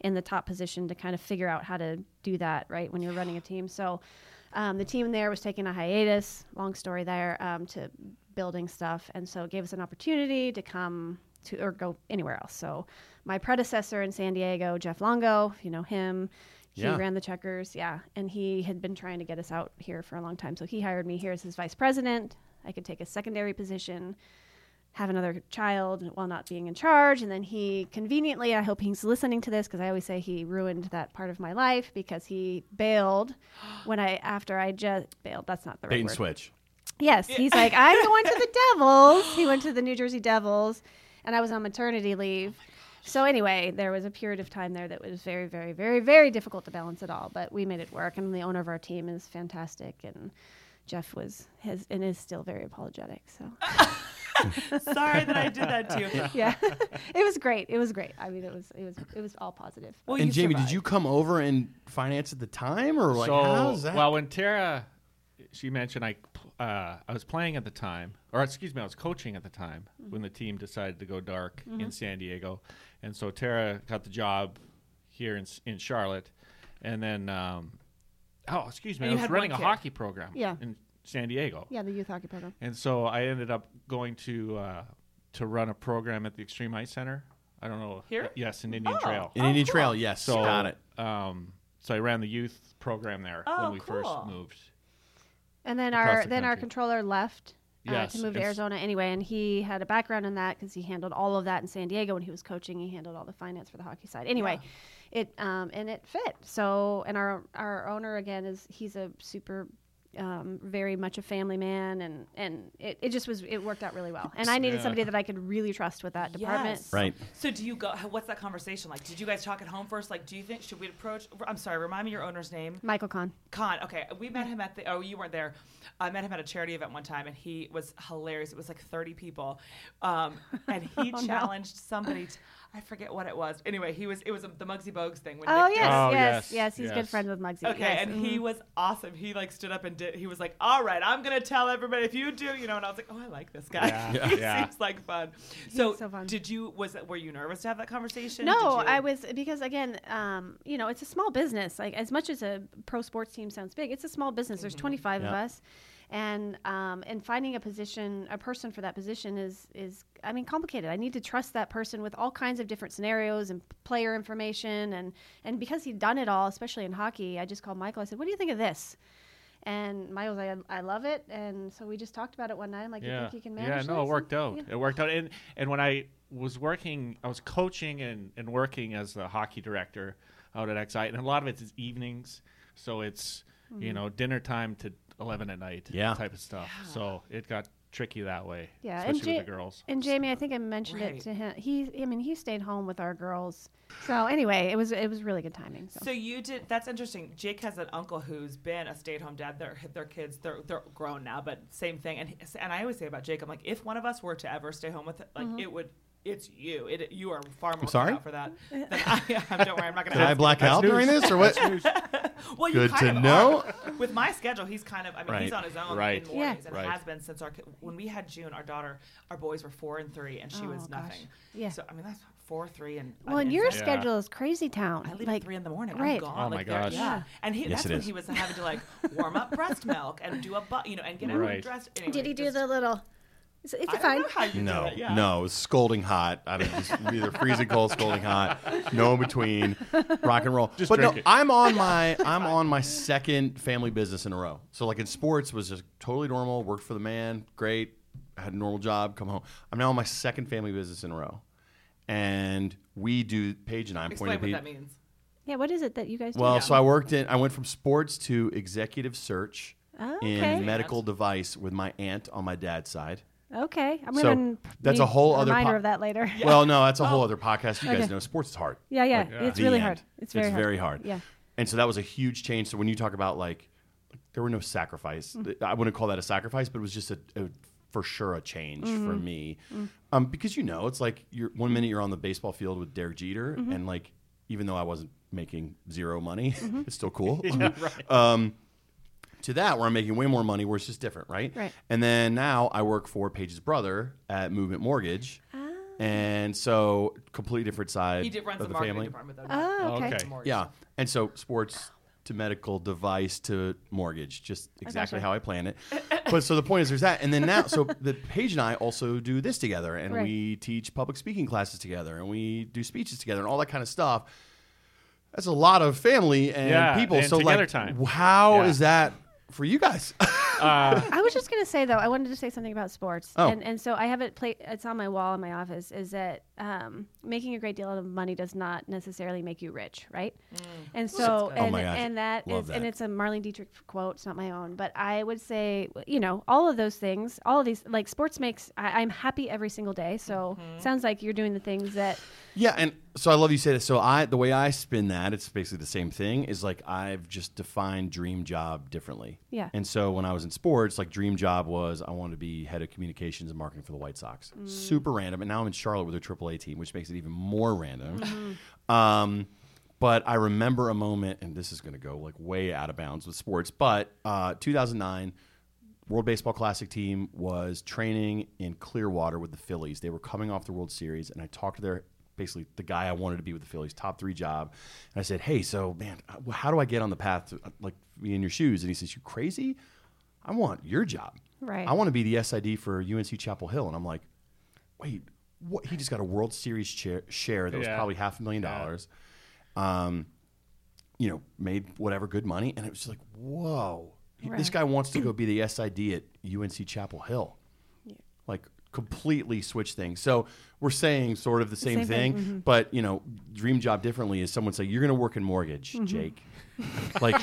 Speaker 4: in the top position to kind of figure out how to do that right when you're running a team. So, um, the team there was taking a hiatus. Long story there um, to building stuff, and so it gave us an opportunity to come. To, or go anywhere else. So, my predecessor in San Diego, Jeff Longo, if you know him, he
Speaker 6: Yeah.
Speaker 4: ran the checkers yeah and he had been trying to get us out here for a long time so he hired me here as his vice president i could take a secondary position have another child while not being in charge and then he conveniently i hope he's listening to this because i always say he ruined that part of my life because he bailed when i after i just bailed that's not the right
Speaker 6: Bait and
Speaker 4: word
Speaker 6: switch.
Speaker 4: Yes, he's like, I'm going to the Devils. He went to the New Jersey Devils, and I was on maternity leave. so anyway, there was a period of time there that was very, very, very, very difficult to balance it all. But we made it work, and the owner of our team is fantastic, and Jeff was his and is still very apologetic. So
Speaker 3: Sorry that I did that to you.
Speaker 4: yeah, it was great. It was great. I mean, it was it was it was all positive.
Speaker 3: Well,
Speaker 6: and
Speaker 3: you
Speaker 6: Jamie,
Speaker 3: survived.
Speaker 6: did you come over and finance at the time, or like
Speaker 5: so,
Speaker 6: how's that?
Speaker 5: well, when Tara, she mentioned I, uh, I was playing at the time, or excuse me, I was coaching at the time
Speaker 3: Mm-hmm.
Speaker 5: when the team decided to go dark in San Diego, and so Tara got the job here in S- in Charlotte, and then, um, oh, excuse me,
Speaker 3: And
Speaker 5: I
Speaker 3: you
Speaker 5: was
Speaker 3: had
Speaker 5: running a
Speaker 3: one kid.
Speaker 5: hockey program
Speaker 4: Yeah.
Speaker 5: in San Diego,
Speaker 4: Yeah, the youth hockey program.
Speaker 5: and so I ended up going to uh, to run a program at the Extreme Ice Center. I don't know
Speaker 3: Here? Oh,
Speaker 5: Yes, in Indian Trail.
Speaker 6: in Indian Trail, yes,
Speaker 5: So
Speaker 6: got it.
Speaker 5: Um, so I ran the youth program there
Speaker 3: Oh,
Speaker 5: when we first
Speaker 3: cool.
Speaker 5: moved.
Speaker 4: And then
Speaker 5: Across
Speaker 4: our
Speaker 5: the
Speaker 4: then our
Speaker 5: country.
Speaker 4: controller left uh,
Speaker 5: Yes,
Speaker 4: to move to
Speaker 5: it's-
Speaker 4: Arizona anyway, and he had a background in that because he handled all of that in San Diego when he was coaching. He handled all the finance for the hockey side. Anyway, it um, and it fit. So and our our owner again is he's a super. Um, very much a family man, and and it, it just was it worked out really well. And I needed
Speaker 5: Yeah.
Speaker 4: somebody that I could really trust with that department.
Speaker 3: Yes.
Speaker 6: Right.
Speaker 3: So do you go? What's that conversation like? Did you guys talk at home first? Like, do you think should we approach? I'm sorry, remind me your owner's name.
Speaker 4: Michael Kahn.
Speaker 3: Con. Okay, we met him at the. Oh, you weren't there. I met him at a charity event one time, and he was hilarious. It was like 30 people, um, and he
Speaker 4: Oh,
Speaker 3: challenged somebody. To, I forget what it was. Anyway, he was. It was the Muggsy Bogues thing. When
Speaker 4: Oh
Speaker 3: Nick did
Speaker 4: yes,
Speaker 3: it.
Speaker 5: Oh,
Speaker 4: yes, yes,
Speaker 5: yes,
Speaker 4: He's
Speaker 5: yes.
Speaker 4: good friends with Muggsy.
Speaker 3: Okay,
Speaker 4: yes. mm-hmm.
Speaker 3: and he was awesome. He like stood up and did. He was like, "All right, I'm gonna tell everybody if you do, you know." And I was like, "Oh, I like this guy.
Speaker 5: Yeah,
Speaker 3: he
Speaker 5: yeah.
Speaker 3: seems like fun." So,
Speaker 4: so fun.
Speaker 3: did you was it, were you nervous to have that conversation?
Speaker 4: No,
Speaker 3: Did you-
Speaker 4: I was because again, um, you know, it's a small business. Like as much as a pro sports team sounds big, it's a small business. There's
Speaker 5: Mm-hmm.
Speaker 4: 25 of
Speaker 6: Yeah.
Speaker 4: us, and um, and finding a position, a person for that position is is I mean complicated. I need to trust that person with all kinds of different scenarios and player information, and and because he'd done it all, especially in hockey, I just called Michael. I said, "What do you think of this?" And Michael was like, I, "I love it," and so we just talked about it one night. I'm like, "You
Speaker 5: yeah.
Speaker 4: think you can manage?"
Speaker 5: yeah, no, it
Speaker 4: this?"
Speaker 5: worked
Speaker 4: And-
Speaker 5: out.
Speaker 4: yeah.
Speaker 5: It worked out. And and when I was working, I was coaching and, and working as the hockey director out at XI, and a lot of it is evenings. So it's,
Speaker 4: Mm-hmm.
Speaker 5: you know, dinner time to 11 at night
Speaker 6: Yeah.
Speaker 5: type of stuff. So it got tricky that way,
Speaker 4: Yeah, and
Speaker 5: especially with
Speaker 4: Ja-
Speaker 5: the girls.
Speaker 4: And Jamie, I think I mentioned
Speaker 3: Right.
Speaker 4: it to him. He, I mean, he stayed home with our girls. So anyway, it was it was really good timing. So,
Speaker 3: So you did. That's interesting. Jake has an uncle who's been a stay-at-home dad. Their their kids, they're they're grown now, but same thing. And he- and I always say about Jake, I'm like, if one of us were to ever stay home with, like,
Speaker 4: Mm-hmm.
Speaker 3: it would. It's you. It, you are far more cut
Speaker 6: sorry?
Speaker 3: out for that. Than I am. Don't worry, I'm not gonna.
Speaker 6: Did I
Speaker 3: ask you.
Speaker 6: black out during this, or what?
Speaker 3: Well, you
Speaker 6: Good
Speaker 3: kind
Speaker 6: to
Speaker 3: of
Speaker 6: know.
Speaker 3: are. With my schedule, he's kind of. I mean, he's
Speaker 6: Right.
Speaker 3: on his own
Speaker 5: Right.
Speaker 3: in mornings
Speaker 4: Yeah.
Speaker 3: and
Speaker 5: Right.
Speaker 3: has been since our ki- when we had June. Our daughter, our boys were four and three, and she
Speaker 4: Oh,
Speaker 3: was
Speaker 4: gosh.
Speaker 3: nothing.
Speaker 4: Yeah.
Speaker 3: So I mean, that's four, three, and
Speaker 4: well, and
Speaker 3: and
Speaker 4: your
Speaker 3: it's-
Speaker 4: schedule is crazy town.
Speaker 3: I leave
Speaker 4: like
Speaker 3: at three in the morning. I'm
Speaker 4: right.
Speaker 3: gone.
Speaker 5: Oh
Speaker 3: like,
Speaker 5: my
Speaker 3: there-
Speaker 5: gosh.
Speaker 3: Yeah. And he,
Speaker 6: Yes,
Speaker 3: that's
Speaker 6: it
Speaker 3: when
Speaker 6: is.
Speaker 3: he was having to like warm up breast milk and do a bu- you know, and get everyone
Speaker 5: Right.
Speaker 3: dressed. Anyway,
Speaker 4: Did he do
Speaker 3: just-
Speaker 4: the little? It's, it's
Speaker 3: I
Speaker 4: a
Speaker 3: don't
Speaker 4: fine.
Speaker 3: know how you
Speaker 6: No,
Speaker 3: do it. Yeah.
Speaker 6: no, it was scolding hot. I don't just either freezing cold, scolding hot, no in between, rock and roll.
Speaker 5: Just
Speaker 6: but no,
Speaker 5: drink it.
Speaker 6: I'm on my I'm on my second family business in a row. So like in sports was just totally normal. Worked for the man, great. Had a normal job, come home. I'm now on my second family business in a row, and we do Paige and I. I'm
Speaker 3: Explain
Speaker 6: pointing
Speaker 3: what
Speaker 6: at
Speaker 3: that
Speaker 6: Paige.
Speaker 3: means.
Speaker 4: Yeah, what is it that you guys do?
Speaker 6: Well,
Speaker 4: now?
Speaker 6: so I worked in. I went from sports to executive search
Speaker 4: Oh, okay.
Speaker 6: in medical device with my aunt on my dad's side.
Speaker 4: okay, I'm
Speaker 6: so
Speaker 4: gonna.
Speaker 6: that's a whole other
Speaker 4: reminder
Speaker 6: po-
Speaker 4: of that later.
Speaker 6: Well, no, that's a whole other podcast. You guys
Speaker 4: Okay.
Speaker 6: know sports is hard.
Speaker 4: Yeah, yeah,
Speaker 5: Like,
Speaker 4: it's
Speaker 6: The
Speaker 4: really
Speaker 6: end.
Speaker 4: hard. It's very hard.
Speaker 6: hard.
Speaker 4: Yeah.
Speaker 6: And so that was a huge change. So when you talk about like
Speaker 2: there were no sacrifice.
Speaker 4: Mm.
Speaker 2: I wouldn't call that a sacrifice, but it was just a, a for sure a change
Speaker 4: Mm-hmm.
Speaker 2: for me,
Speaker 4: Mm.
Speaker 2: um, because you know it's like you're one minute you're on the baseball field with Derek Jeter,
Speaker 4: Mm-hmm.
Speaker 2: and like even though I wasn't making zero money,
Speaker 4: Mm-hmm.
Speaker 2: it's still cool. um, to that where I'm making way more money, where it's just different, right?
Speaker 4: Right.
Speaker 2: And then now I work for Paige's brother at Movement Mortgage.
Speaker 4: Ah.
Speaker 2: And so, completely different side
Speaker 3: He did run
Speaker 2: of
Speaker 3: the
Speaker 2: the
Speaker 3: marketing
Speaker 2: family.
Speaker 3: department though.
Speaker 4: Oh, okay.
Speaker 5: Okay.
Speaker 2: Yeah. And so sports to medical device to mortgage, just exactly how I plan it. but so the point is there's that. And then now, so the Paige and I also do this together and
Speaker 4: Right.
Speaker 2: we teach public speaking classes together and we do speeches together and all that kind of stuff. That's a lot of family and
Speaker 5: Yeah,
Speaker 2: people.
Speaker 5: and
Speaker 2: so
Speaker 5: together
Speaker 2: like,
Speaker 5: time.
Speaker 2: how is
Speaker 5: Yeah.
Speaker 2: that for you guys?
Speaker 4: I was just gonna say though, I wanted to say something about sports,
Speaker 2: Oh.
Speaker 4: and and so I have it. Play, it's on my wall in my office. Is that um, making a great deal of money does not necessarily make you rich, right? And so,
Speaker 2: Oh
Speaker 4: and,
Speaker 2: my gosh.
Speaker 4: and that
Speaker 2: Love
Speaker 4: is, and
Speaker 2: that.
Speaker 4: it's a Marlene Dietrich quote. It's not my own, but I would say, you know, all of those things, all of these, like sports makes. I, I'm happy every single day. So sounds like you're doing the things that.
Speaker 2: Yeah, and so I love you say that. So I, the way I spin that, it's basically the same thing. Is like I've just defined dream job differently.
Speaker 4: Yeah.
Speaker 2: And so when I was in sports, like dream job was I wanted to be head of communications and marketing for the White Sox. Super random. And now I'm in Charlotte with their AAA team, which makes it even more random. Um, but I remember a moment, and this is going to go like way out of bounds with sports. But uh, 2009, World Baseball Classic team was training in Clearwater with the Phillies. They were coming off the World Series, and I talked to their basically the guy I wanted to be with the Phillies, top three job. And I said, "Hey, so man, uh, how do I get on the path to uh, like be in your shoes?" And he says, "You crazy? I want your job.
Speaker 4: Right.
Speaker 2: I want to be the SID for UNC Chapel Hill." And I'm like, "Wait, what?" He just got a World Series chair, share that was
Speaker 5: Yeah.
Speaker 2: probably half a million
Speaker 5: Yeah.
Speaker 2: dollars. Um, you know, made whatever good money, and it was like, whoa, this
Speaker 4: Right.
Speaker 2: guy wants to go be the SID at UNC Chapel Hill, like completely switch things. So we're saying sort of the same,
Speaker 4: same
Speaker 2: thing,
Speaker 4: thing, Mm-hmm.
Speaker 2: but you know, dream job differently is someone say you're going to work in mortgage,
Speaker 4: Mm-hmm.
Speaker 2: Jake. like,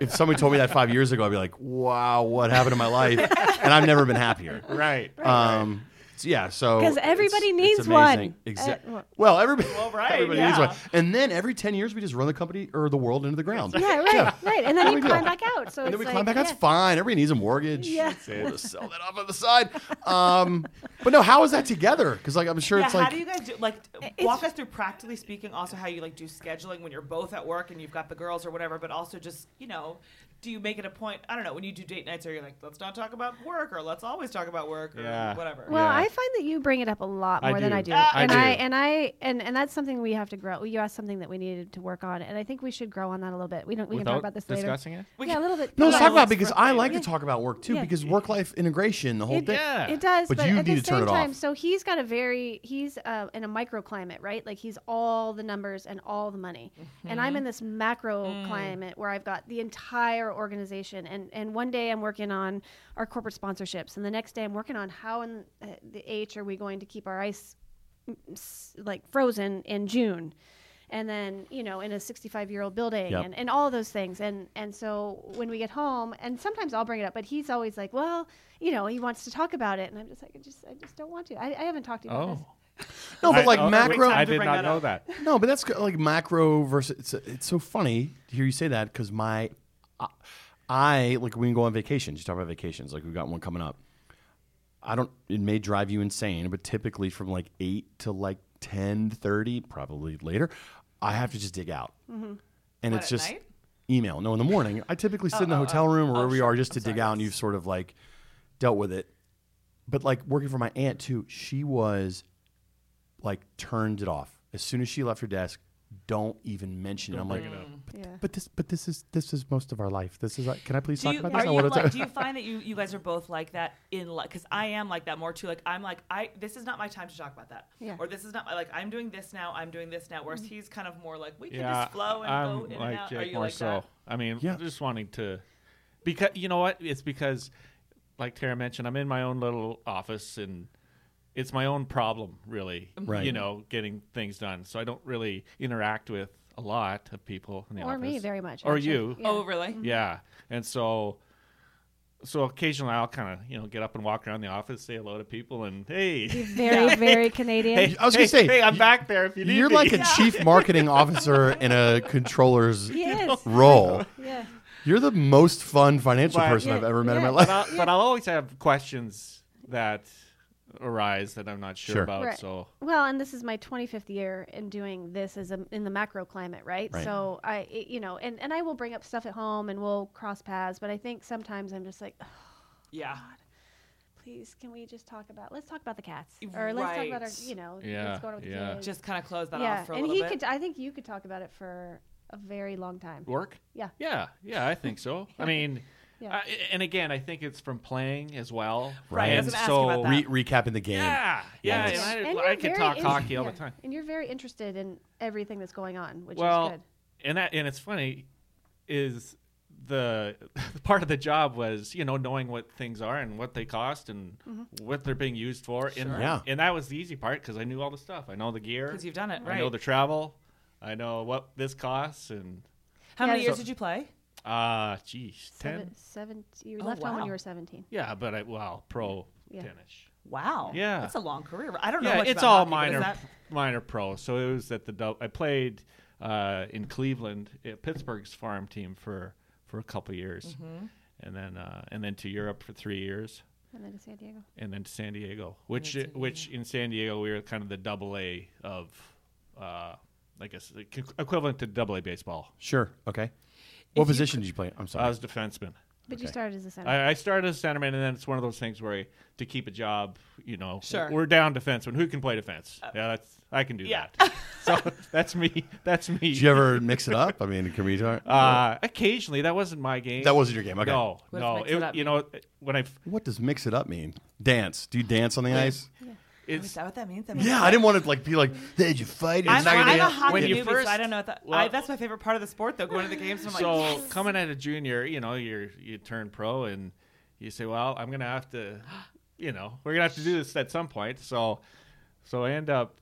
Speaker 2: if somebody told me that five years ago, I'd be like, wow, what happened in my life? and I've never been happier.
Speaker 5: Right.
Speaker 2: Um, so yeah, so
Speaker 4: 'Cause everybody
Speaker 2: it's- it's
Speaker 4: needs one.
Speaker 2: amazing. Exa-
Speaker 4: Uh, well-
Speaker 2: well, everybody,
Speaker 5: right,
Speaker 2: everybody needs
Speaker 5: yeah.
Speaker 2: one. And then every ten years, we just run the company or the world into the ground.
Speaker 4: Yeah, right, right, and then
Speaker 2: There
Speaker 4: you
Speaker 2: we go.
Speaker 4: climb back out. So
Speaker 2: And
Speaker 4: it's
Speaker 2: then we
Speaker 4: like,
Speaker 2: climb back.
Speaker 4: yeah.
Speaker 2: That's fine. Everybody needs a mortgage.
Speaker 4: Yeah.
Speaker 2: We'll just sell that off on the side. Um, but no, how is that together? Because like I'm sure
Speaker 3: Yeah,
Speaker 2: it's
Speaker 3: how
Speaker 2: like
Speaker 3: do you guys do like
Speaker 4: it's-
Speaker 3: walk us through practically speaking also how you like do scheduling when you're both at work and you've got the girls or whatever, but also just, you know, do you make it a point, I don't know, when you do date nights are you like, let's not talk about work or let's always talk about work or
Speaker 5: Yeah.
Speaker 3: whatever.
Speaker 4: Well,
Speaker 5: Yeah.
Speaker 4: I find that you bring it up a lot
Speaker 5: I
Speaker 4: more than
Speaker 5: do.
Speaker 4: I do,
Speaker 5: Uh, I
Speaker 4: and
Speaker 5: do.
Speaker 4: I and I and and that's something we have to grow. You asked something that we needed to work on, and I think we should grow on that a little bit. We don't. We can talk about this
Speaker 5: discussing it.
Speaker 3: We
Speaker 4: later. Yeah, a
Speaker 3: can-
Speaker 4: little bit.
Speaker 2: no,
Speaker 4: yeah.
Speaker 2: let's talk about it because I
Speaker 3: Yeah.
Speaker 2: like to talk about work too
Speaker 4: Yeah.
Speaker 2: because work life integration, the whole
Speaker 4: It,
Speaker 2: thing.
Speaker 5: Yeah.
Speaker 4: it does,
Speaker 2: But
Speaker 4: but,
Speaker 2: you
Speaker 4: at
Speaker 2: need
Speaker 4: the
Speaker 2: to turn
Speaker 4: same
Speaker 2: it off.
Speaker 4: time, so he's got a very he's uh, in a microclimate, right? Like he's all the numbers and all the money, and I'm
Speaker 5: Mm-hmm.
Speaker 4: in this macro
Speaker 5: Mm.
Speaker 4: climate where I've got the entire organization, and and one day I'm working on our corporate sponsorships, and the next day I'm working on how in uh, the H are we going to keep our ice s- like frozen in June and then you know in a 65 year old building
Speaker 2: Yep.
Speaker 4: and, and all those things and and so when we get home and sometimes I'll bring it up but he's always like well you know he wants to talk about it and I'm just like I just I just don't want to I, I haven't talked to you about
Speaker 5: Oh.
Speaker 4: this
Speaker 2: No, but like
Speaker 5: I, oh,
Speaker 2: macro.
Speaker 5: I
Speaker 3: time to
Speaker 5: did
Speaker 3: bring
Speaker 5: not
Speaker 3: that
Speaker 5: know
Speaker 3: up.
Speaker 5: that.
Speaker 2: No, but that's good, like macro versus. It's, it's so funny to hear you say that because my, I, I like we can go on vacations. You talk about vacations, like we've got one coming up. I don't. It may drive you insane, but typically from like eight to like ten thirty, probably later, I have to just dig out, and
Speaker 3: Mm-hmm. What,
Speaker 2: it's
Speaker 3: at
Speaker 2: just
Speaker 3: night? Oh,
Speaker 2: email. No, in the morning, I typically sit in the hotel room or wherever we are just to dig out, and you've sort of like dealt with it. But like working for my aunt too, she was like turned it off as soon as she left her desk. Don't even mention it. I'm like, but,
Speaker 4: Yeah.
Speaker 2: but this, but this is this is most of our life. This is like, can I please
Speaker 3: do
Speaker 2: talk
Speaker 3: you,
Speaker 2: about
Speaker 3: are
Speaker 2: this? I
Speaker 3: you
Speaker 2: wanna
Speaker 3: like,
Speaker 2: talk-
Speaker 3: do you find that you, you guys are both like that in like because I am like that more too like I'm like I this is not my time to talk about that
Speaker 4: Yeah.
Speaker 3: or this is not my like I'm doing this now I'm doing this now whereas he's kind of more like we can
Speaker 5: Yeah,
Speaker 3: just flow and
Speaker 5: I'm
Speaker 3: go in
Speaker 5: like
Speaker 3: and out
Speaker 5: Jake
Speaker 3: are you
Speaker 5: more
Speaker 3: like
Speaker 5: so.
Speaker 3: that
Speaker 5: I mean,
Speaker 2: Yeah.
Speaker 5: just wanting to, because you know what? It's because, like Tara mentioned, I'm in my own little office and it's my own problem, really.
Speaker 2: Right.
Speaker 5: You know, getting things done. So I don't really interact with a lot of people in the
Speaker 4: or
Speaker 5: office,
Speaker 4: me very much
Speaker 5: or
Speaker 4: actually.
Speaker 5: you.
Speaker 4: Yeah.
Speaker 3: oh really
Speaker 5: Yeah. And so so occasionally I'll kind of, you know, get up and walk around the office, say hello to people and hey.
Speaker 4: very very Canadian
Speaker 5: hey
Speaker 2: I was gonna
Speaker 5: hey,
Speaker 2: say,
Speaker 5: hey, I'm
Speaker 2: you-
Speaker 5: back there if you need
Speaker 2: You're
Speaker 5: me.
Speaker 2: like a chief marketing officer in a controller's
Speaker 4: he is
Speaker 2: role.
Speaker 4: yeah
Speaker 2: You're the most fun financial
Speaker 5: But-
Speaker 2: person I've ever met in my
Speaker 5: But
Speaker 2: life.
Speaker 5: I'll, but I'll always have questions that arise that I'm not sure,
Speaker 6: Sure.
Speaker 5: about.
Speaker 4: Right.
Speaker 5: So
Speaker 4: Well, and this is my 25th year in doing this as a, in the macro climate, right?
Speaker 6: Right.
Speaker 4: So I, it- you know, and, and I will bring up stuff at home and we'll cross paths, but I think sometimes I'm just like, "Ugh,
Speaker 3: Yeah.
Speaker 4: please, can we just talk about, let's talk about the cats or let's talk about our,
Speaker 3: Right.
Speaker 4: you know,
Speaker 5: Yeah,
Speaker 4: what's going on with
Speaker 5: yeah.
Speaker 4: the kids.
Speaker 3: Just kind of close that
Speaker 4: yeah.
Speaker 3: off for a
Speaker 4: and
Speaker 3: little
Speaker 4: he
Speaker 3: bit.
Speaker 4: could, I think you could talk about it for a very long time.
Speaker 5: work.
Speaker 4: Yeah.
Speaker 5: Yeah, yeah, I think so. I mean,
Speaker 4: Yeah.
Speaker 5: I- and again, I think it's from playing as well.
Speaker 3: Right,
Speaker 6: I
Speaker 5: And
Speaker 6: was
Speaker 3: gonna ask
Speaker 5: so
Speaker 3: about that.
Speaker 2: Re- recapping the game.
Speaker 5: yeah, yeah,
Speaker 6: Yes.
Speaker 5: and I,
Speaker 4: And
Speaker 5: I
Speaker 4: you're
Speaker 5: could
Speaker 4: very
Speaker 5: talk
Speaker 4: in-
Speaker 5: hockey all
Speaker 4: yeah.
Speaker 5: the time.
Speaker 4: And you're very interested in everything that's going on, which
Speaker 5: well,
Speaker 4: is good.
Speaker 5: and that and it's funny is the part of the job was you know knowing what things are and what they cost and what they're being used for. And
Speaker 2: Yeah.
Speaker 5: and that was the easy part because I knew all the stuff. I know the gear
Speaker 3: 'Cause you've done it,
Speaker 5: I know
Speaker 3: right.
Speaker 5: the travel. I know what this costs and
Speaker 3: How many
Speaker 4: Yeah,
Speaker 3: years
Speaker 4: so-
Speaker 3: did you play?
Speaker 5: uh geez, ten.
Speaker 4: Seven, 17, you
Speaker 3: Oh,
Speaker 4: left home
Speaker 3: wow.
Speaker 4: when you were 17.
Speaker 5: Yeah, but I well pro
Speaker 4: Yeah.
Speaker 5: tennis.
Speaker 3: Wow.
Speaker 5: Yeah.
Speaker 3: That's a long career. I don't know.
Speaker 5: Yeah,
Speaker 3: much
Speaker 5: it's
Speaker 3: about
Speaker 5: all
Speaker 3: hockey, but is
Speaker 5: minor
Speaker 3: that-
Speaker 5: minor pro. So it was at the dou- I played uh, in Cleveland, at Pittsburgh's farm team for for a couple years,
Speaker 3: Mm-hmm.
Speaker 5: and then uh, and then to Europe for three years,
Speaker 4: And then to San Diego.
Speaker 5: and then to San Diego, which which in San Diego we were kind of the double A of. Uh, I guess like, equ- equivalent to double A baseball.
Speaker 2: Sure. Okay. What position did you play? I'm
Speaker 5: I
Speaker 2: sorry.
Speaker 5: was defenseman.
Speaker 4: But you started as a center.
Speaker 5: I, I started as a centerman, and then it's one of those things where I, to keep a job, you know,
Speaker 3: Sure. Uh,
Speaker 5: we're down defenseman. Who can play defense? yeah, that's I can do
Speaker 3: Yeah.
Speaker 5: that. so that's me. That's me.
Speaker 2: Did you ever mix it up? I mean, can we talk?
Speaker 5: uh, occasionally, that wasn't my game.
Speaker 2: that wasn't your game. Okay.
Speaker 5: No,
Speaker 3: What
Speaker 5: no.
Speaker 3: makes it
Speaker 5: It,
Speaker 3: up
Speaker 5: you know, when I
Speaker 2: What does mix it up mean? Dance. Do you dance on the ice?
Speaker 3: Is
Speaker 5: it's
Speaker 3: that what that means? That means-
Speaker 2: Yeah, I didn't want to like be like, hey, did you fight?
Speaker 3: I'm,
Speaker 2: It's not
Speaker 3: I'm
Speaker 2: gonna
Speaker 3: a
Speaker 2: dance."
Speaker 3: hockey
Speaker 5: When you
Speaker 3: newbie,
Speaker 5: first-
Speaker 3: so I don't know. What that,
Speaker 5: well-
Speaker 3: I, that's my favorite part of the sport, though. Going to the games, and I'm
Speaker 5: so
Speaker 3: like, yes.
Speaker 5: coming at a junior, you know, you're you turn pro and you say, well, I'm gonna have to, you know, we're gonna have to do this at some point. So, so I end up,